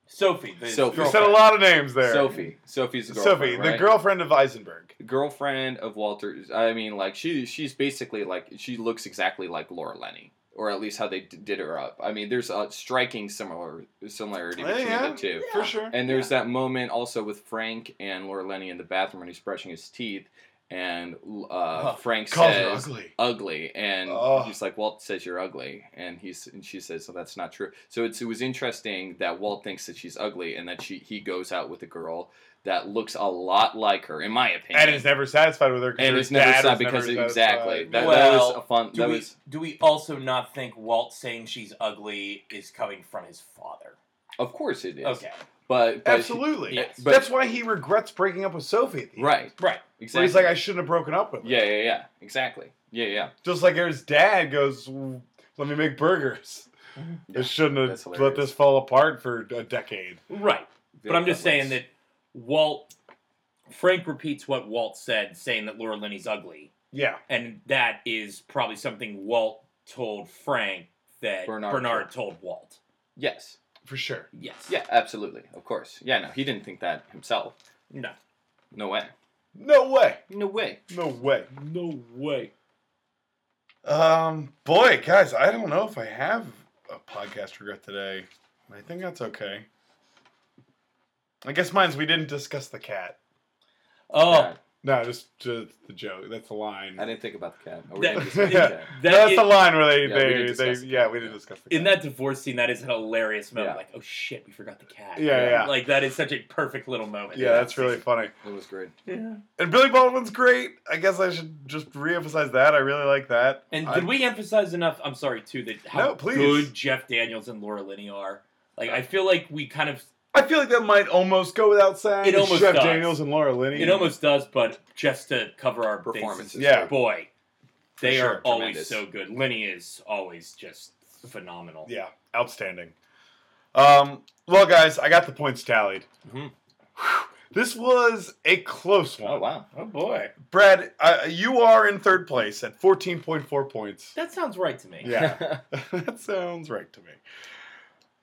[SPEAKER 2] Sophie, the
[SPEAKER 3] Sophie.
[SPEAKER 1] You
[SPEAKER 2] girlfriend.
[SPEAKER 1] said a lot of names there.
[SPEAKER 3] Sophie. Sophie's the girlfriend.
[SPEAKER 1] Sophie, the
[SPEAKER 3] right?
[SPEAKER 1] girlfriend of Eisenberg.
[SPEAKER 3] girlfriend of Walter's. I mean, like she she's basically like she looks exactly like Laura Lenny, or at least how they d- did her up. I mean, there's a striking similar similarity
[SPEAKER 1] Yeah,
[SPEAKER 3] between
[SPEAKER 1] yeah.
[SPEAKER 3] the two.
[SPEAKER 1] For sure.
[SPEAKER 3] And there's that moment also with Frank and Laura Lenny in the bathroom when he's brushing his teeth, and uh, Frank
[SPEAKER 1] Calls her
[SPEAKER 3] says
[SPEAKER 1] ugly.
[SPEAKER 3] ugly and
[SPEAKER 1] Oh.
[SPEAKER 3] he's like walt says you're ugly and he's and she says so that's not true so it's, it was interesting that walt thinks that she's ugly and that she he goes out with a girl that looks a lot like her in my opinion
[SPEAKER 1] And is never satisfied with her. 'cause
[SPEAKER 3] and
[SPEAKER 1] her
[SPEAKER 3] it's never
[SPEAKER 1] dad
[SPEAKER 3] sad
[SPEAKER 1] is
[SPEAKER 3] because
[SPEAKER 1] never
[SPEAKER 3] exactly
[SPEAKER 1] satisfied.
[SPEAKER 3] that, that
[SPEAKER 2] Well,
[SPEAKER 3] was a fun
[SPEAKER 2] Do
[SPEAKER 3] that
[SPEAKER 2] we,
[SPEAKER 3] was
[SPEAKER 2] do we also not think Walt saying she's ugly is coming from his father?
[SPEAKER 3] of course it is
[SPEAKER 2] Okay.
[SPEAKER 3] but, but
[SPEAKER 1] Absolutely.
[SPEAKER 2] Yes.
[SPEAKER 3] but-
[SPEAKER 1] That's why he regrets breaking up with Sophie. At the end.
[SPEAKER 3] right
[SPEAKER 2] Right.
[SPEAKER 1] Where
[SPEAKER 3] exactly
[SPEAKER 1] he's like, I shouldn't have broken up with her.
[SPEAKER 3] yeah yeah yeah exactly yeah yeah
[SPEAKER 1] Just like his dad goes, let me make burgers.
[SPEAKER 3] Yeah,
[SPEAKER 1] it shouldn't
[SPEAKER 3] that's
[SPEAKER 1] have
[SPEAKER 3] hilarious.
[SPEAKER 1] let this fall apart for a decade.
[SPEAKER 2] Right. But I'm just saying that Walt Frank repeats what Walt said, saying that Laura Linney's ugly.
[SPEAKER 1] Yeah.
[SPEAKER 2] And that is probably something Walt told Frank that
[SPEAKER 3] Bernard
[SPEAKER 2] Bernard, told Walt.
[SPEAKER 3] yes
[SPEAKER 1] For sure.
[SPEAKER 2] Yes.
[SPEAKER 3] yeah absolutely of course yeah no he didn't think that himself
[SPEAKER 2] No.
[SPEAKER 3] no way
[SPEAKER 1] No way.
[SPEAKER 3] no way
[SPEAKER 1] No way.
[SPEAKER 2] No way.
[SPEAKER 1] Um, boy, guys, I don't know if I have a podcast regret today. I think that's okay. I guess mine's we didn't discuss the cat.
[SPEAKER 2] Oh,
[SPEAKER 3] Yeah,
[SPEAKER 1] No, just, just the joke. That's the line.
[SPEAKER 3] I didn't think about the cat. Oh, we
[SPEAKER 2] That-
[SPEAKER 3] didn't discuss the
[SPEAKER 1] Yeah.
[SPEAKER 3] cat.
[SPEAKER 2] that
[SPEAKER 1] That's
[SPEAKER 2] is-
[SPEAKER 1] the line where they,
[SPEAKER 3] Yeah, we
[SPEAKER 1] they,
[SPEAKER 3] didn't
[SPEAKER 1] they,
[SPEAKER 3] discuss the
[SPEAKER 1] yeah,
[SPEAKER 3] cat.
[SPEAKER 1] we didn't discuss the cat.
[SPEAKER 2] in that divorce scene, that is a hilarious moment.
[SPEAKER 3] Yeah.
[SPEAKER 2] Like, oh shit, we forgot the cat.
[SPEAKER 1] yeah, yeah.
[SPEAKER 2] Like that is such a perfect little moment.
[SPEAKER 1] yeah, that's really funny.
[SPEAKER 3] It was great.
[SPEAKER 1] And Billy Baldwin's great. I guess I should just reemphasize that. I really like that.
[SPEAKER 2] And
[SPEAKER 1] I-
[SPEAKER 2] did we emphasize enough? I'm sorry too that how
[SPEAKER 1] No, please.
[SPEAKER 2] good Jeff Daniels and Laura Linney are. Like I feel like we kind of
[SPEAKER 1] I feel like that might almost go without saying.
[SPEAKER 2] It almost
[SPEAKER 1] Chef
[SPEAKER 2] does.
[SPEAKER 1] Daniels and Laura Linney.
[SPEAKER 2] it almost does, but just to cover our bases,
[SPEAKER 3] Performances.
[SPEAKER 1] Yeah.
[SPEAKER 2] boy, they
[SPEAKER 1] sure,
[SPEAKER 2] are always
[SPEAKER 3] tremendous.
[SPEAKER 2] so good. Linney is always just phenomenal.
[SPEAKER 1] Yeah, outstanding. Um, well, guys, I got the points tallied. Whew.
[SPEAKER 3] Mhm.
[SPEAKER 1] This was a close one.
[SPEAKER 3] Oh wow.
[SPEAKER 2] Oh boy,
[SPEAKER 1] Brad, uh, you are in third place at 14.4 points.
[SPEAKER 2] that sounds right to me.
[SPEAKER 1] Yeah, that sounds right to me.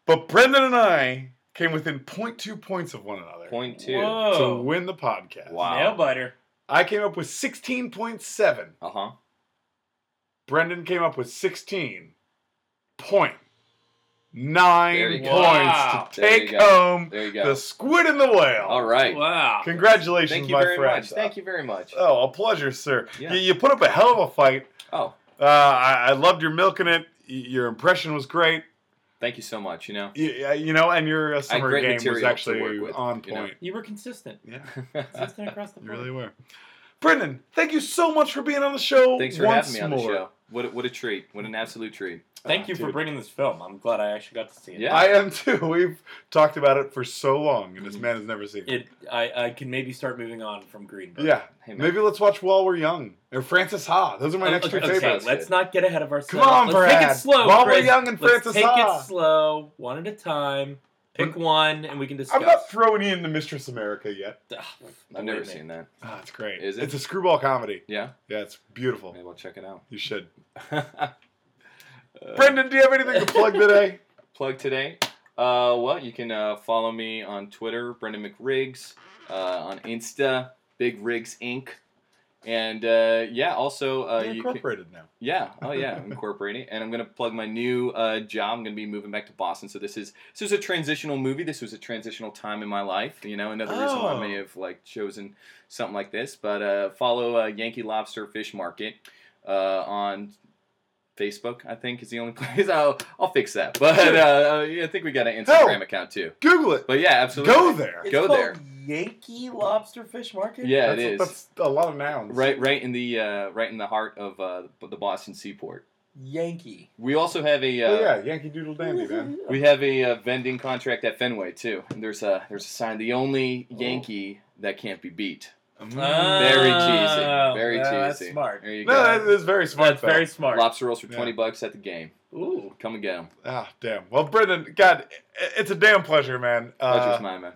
[SPEAKER 1] But Brendan and I came within 0.2 points of one another
[SPEAKER 3] Point two.
[SPEAKER 1] to
[SPEAKER 2] Whoa,
[SPEAKER 1] win the podcast.
[SPEAKER 3] Wow.
[SPEAKER 2] nail biter.
[SPEAKER 1] I came up with 16.7.
[SPEAKER 3] Uh huh.
[SPEAKER 1] Brendan came up with 16 point
[SPEAKER 3] There
[SPEAKER 1] nine
[SPEAKER 3] you
[SPEAKER 1] points
[SPEAKER 3] go.
[SPEAKER 2] Wow.
[SPEAKER 1] to
[SPEAKER 3] There you
[SPEAKER 1] take
[SPEAKER 3] go.
[SPEAKER 1] home
[SPEAKER 3] There you go.
[SPEAKER 1] the squid and the whale.
[SPEAKER 3] All right.
[SPEAKER 2] Wow.
[SPEAKER 1] Congratulations,
[SPEAKER 3] Thank you
[SPEAKER 1] my
[SPEAKER 3] very
[SPEAKER 1] friend.
[SPEAKER 3] much. Thank you very much.
[SPEAKER 1] Oh, a pleasure, sir.
[SPEAKER 3] Yeah.
[SPEAKER 1] You, you put up a hell of a fight.
[SPEAKER 3] Oh,
[SPEAKER 1] Uh, I, I loved your milking it. Y- Your impression was great.
[SPEAKER 3] thank you so much. You know.
[SPEAKER 1] You, you know, and your uh, summer
[SPEAKER 3] great
[SPEAKER 1] game was
[SPEAKER 3] material to
[SPEAKER 1] actually
[SPEAKER 3] work with,
[SPEAKER 1] on
[SPEAKER 3] you know.
[SPEAKER 1] point.
[SPEAKER 2] You were consistent.
[SPEAKER 1] Yeah,
[SPEAKER 2] Consistent across the
[SPEAKER 1] you
[SPEAKER 2] board.
[SPEAKER 1] really were. Brendan, thank you so much for being on the show.
[SPEAKER 3] Thanks for
[SPEAKER 1] once
[SPEAKER 3] having me on
[SPEAKER 1] more.
[SPEAKER 3] the show. What a- what a treat. What an absolute treat.
[SPEAKER 2] Thank
[SPEAKER 1] Ah,
[SPEAKER 2] you for
[SPEAKER 1] dude.
[SPEAKER 2] bringing this film. I'm glad I actually got to see it.
[SPEAKER 3] Yeah.
[SPEAKER 1] I am too. We've talked about it for so long, and this man has never seen it.
[SPEAKER 2] It. I. I can maybe start moving on from Greenberg.
[SPEAKER 1] Yeah,
[SPEAKER 3] Hey, man.
[SPEAKER 1] maybe let's watch While We're Young or Francis Ha. Those are my next two
[SPEAKER 2] Oh, okay,
[SPEAKER 1] favorites.
[SPEAKER 2] let's not get ahead of ourselves.
[SPEAKER 1] Come on,
[SPEAKER 2] let's
[SPEAKER 1] Brad.
[SPEAKER 2] Take it slow,
[SPEAKER 1] While we're
[SPEAKER 2] Chris.
[SPEAKER 1] young and
[SPEAKER 2] Let's
[SPEAKER 1] Francis
[SPEAKER 2] take
[SPEAKER 1] Ha.
[SPEAKER 2] it slow, one at a time. Pick one, and we can discuss.
[SPEAKER 1] I'm not throwing in the Mistress America yet.
[SPEAKER 2] Ugh,
[SPEAKER 3] I've never
[SPEAKER 2] believe me.
[SPEAKER 3] seen that.
[SPEAKER 1] Ah, it's great.
[SPEAKER 3] Is it?
[SPEAKER 1] It's a screwball comedy.
[SPEAKER 3] Yeah,
[SPEAKER 1] Yeah, it's beautiful.
[SPEAKER 3] maybe I'll check it out.
[SPEAKER 1] You should. Brendan, do you have anything to plug today?
[SPEAKER 3] plug today? Uh, well, you can uh, follow me on Twitter, Brendan McRiggs, uh, on Insta, Big Rigs Inc. And uh, yeah, also uh,
[SPEAKER 1] You're
[SPEAKER 3] you can,
[SPEAKER 1] incorporated now.
[SPEAKER 3] yeah, oh yeah, I'm incorporating. it. And I'm gonna plug my new uh, job. I'm gonna be moving back to Boston. So this is this was a transitional movie. This was a transitional time in my life. You know, another reason why I may
[SPEAKER 1] Oh.
[SPEAKER 3] have like chosen something like this. But uh, follow uh, Yankee Lobster Fish Market uh, on Facebook. I think is the only place. I'll I'll fix that. But uh, yeah, I think we got an Instagram
[SPEAKER 1] No.
[SPEAKER 3] account too.
[SPEAKER 1] Google it.
[SPEAKER 3] But yeah, absolutely.
[SPEAKER 1] Go there.
[SPEAKER 2] It's
[SPEAKER 3] Go
[SPEAKER 2] called
[SPEAKER 3] there.
[SPEAKER 2] Yankee Lobster Fish Market.
[SPEAKER 3] Yeah,
[SPEAKER 1] that's,
[SPEAKER 3] it is.
[SPEAKER 1] That's a lot of nouns.
[SPEAKER 3] Right, right in the uh, right in the heart of uh, the Boston seaport.
[SPEAKER 2] Yankee.
[SPEAKER 3] We also have a uh,
[SPEAKER 1] Oh, yeah, Yankee Doodle Dandy, man.
[SPEAKER 3] We have a uh, vending contract at Fenway too. And there's a there's a sign: the only
[SPEAKER 2] Oh.
[SPEAKER 3] Yankee that can't be beat. Very cheesy. Very
[SPEAKER 2] no,
[SPEAKER 3] cheesy.
[SPEAKER 2] Oh, That's smart.
[SPEAKER 3] There you
[SPEAKER 1] Mm. No,
[SPEAKER 3] go.
[SPEAKER 1] that is very smart.
[SPEAKER 2] That's very
[SPEAKER 1] though.
[SPEAKER 2] smart.
[SPEAKER 3] Lobster rolls for
[SPEAKER 1] Yeah.
[SPEAKER 3] twenty bucks at the game.
[SPEAKER 2] Ooh.
[SPEAKER 3] Come and get them.
[SPEAKER 1] Ah, damn. Well, Brendan, God, i- it's a damn pleasure, man.
[SPEAKER 3] Pleasure's
[SPEAKER 1] Uh,
[SPEAKER 3] mine, man.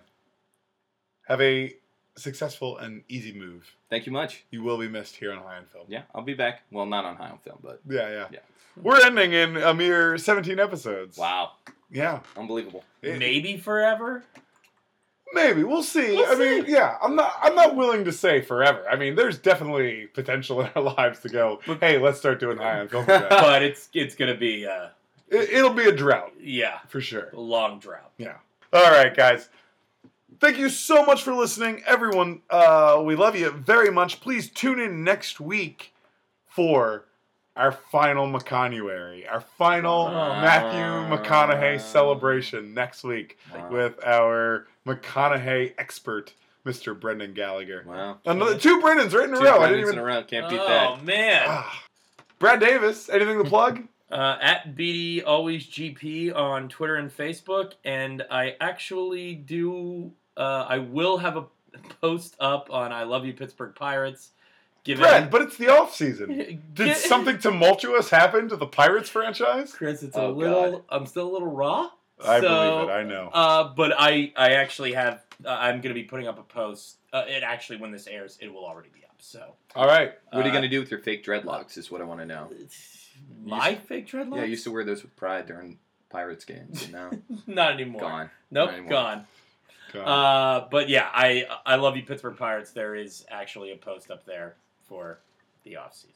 [SPEAKER 1] have a successful and easy move.
[SPEAKER 3] Thank you much.
[SPEAKER 1] You will be missed here on High End Film.
[SPEAKER 3] Yeah, I'll be back. Well, not on high on film, but
[SPEAKER 1] Yeah, yeah,
[SPEAKER 3] Yeah.
[SPEAKER 1] We're ending in a mere 17 episodes.
[SPEAKER 3] wow,
[SPEAKER 1] Yeah.
[SPEAKER 3] unbelievable.
[SPEAKER 1] It-
[SPEAKER 2] Maybe forever.
[SPEAKER 1] Maybe we'll see.
[SPEAKER 2] We'll
[SPEAKER 1] I mean, yeah, I'm not. I'm not willing to say forever. I mean, there's definitely potential in our lives to go. Hey, let's start doing high on film. again."
[SPEAKER 2] but it's it's gonna be uh
[SPEAKER 1] it, it'll be a drought
[SPEAKER 2] yeah
[SPEAKER 1] for sure.
[SPEAKER 2] a long drought.
[SPEAKER 1] Yeah. All right, guys. Thank you so much for listening, everyone. Uh, we love you very much. Please tune in next week for our final McConuary, our final
[SPEAKER 3] Wow.
[SPEAKER 1] Matthew McConaughey celebration next week
[SPEAKER 3] Wow.
[SPEAKER 1] with our McConaughey expert, Mr. Brendan Gallagher.
[SPEAKER 3] Wow,
[SPEAKER 1] Another two Brendans right in a
[SPEAKER 3] two
[SPEAKER 1] row. I
[SPEAKER 3] Brennans
[SPEAKER 1] didn't even.
[SPEAKER 3] in a row. Can't beat
[SPEAKER 2] Oh
[SPEAKER 3] that.
[SPEAKER 2] man.
[SPEAKER 1] Ah. Brad Davis, anything to plug?
[SPEAKER 2] Uh, at BD always GP on Twitter and Facebook, and I actually do. Uh, I will have a post up on I love you Pittsburgh Pirates. Given
[SPEAKER 1] Brad, but it's the off season. Did
[SPEAKER 2] Get-
[SPEAKER 1] something tumultuous happen to the Pirates franchise?
[SPEAKER 2] Chris, it's a
[SPEAKER 3] Oh,
[SPEAKER 2] little. I'm still a little raw.
[SPEAKER 1] I
[SPEAKER 2] so,
[SPEAKER 1] believe it. I know.
[SPEAKER 2] Uh, but I I actually have. Uh, I'm gonna be putting up a post. Uh, it actually when this airs, it will already be up. So
[SPEAKER 1] All right.
[SPEAKER 3] What are you
[SPEAKER 2] uh,
[SPEAKER 3] gonna do with your fake dreadlocks? Is what I want to know.
[SPEAKER 2] My fake dreadlocks?
[SPEAKER 3] Yeah, I used to wear those with pride during Pirates games. And now
[SPEAKER 2] Not anymore.
[SPEAKER 3] gone.
[SPEAKER 2] Nope,
[SPEAKER 3] Not anymore.
[SPEAKER 2] gone.
[SPEAKER 1] Go.
[SPEAKER 2] Uh, but yeah, I I love you, Pittsburgh Pirates. There is actually a post up there for the off season.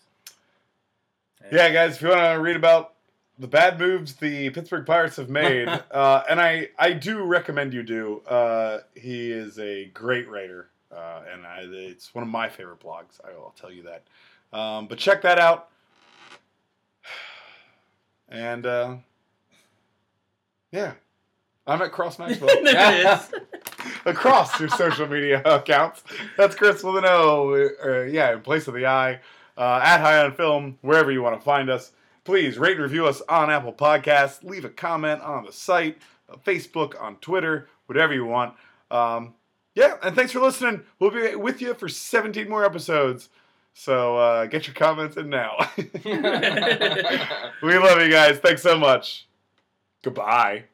[SPEAKER 1] Yeah, guys, if you want to read about the bad moves the Pittsburgh Pirates have made, uh, and I, I do recommend you do. Uh, he is a great writer, uh, and I, it's one of my favorite blogs. I will tell you that. Um, but check that out. And uh, yeah, I'm at Cross Maxwell
[SPEAKER 2] there it is.
[SPEAKER 1] across your social media accounts. That's Chris with an O. Uh, yeah, in place of the I. Uh, at High on Film, wherever you want to find us. Please rate and review us on Apple Podcasts. Leave a comment on the site, uh, Facebook, on Twitter, whatever you want. Um, yeah, and thanks for listening. We'll be with you for 17 more episodes. So uh, get your comments in now. we love you guys. Thanks so much. Goodbye.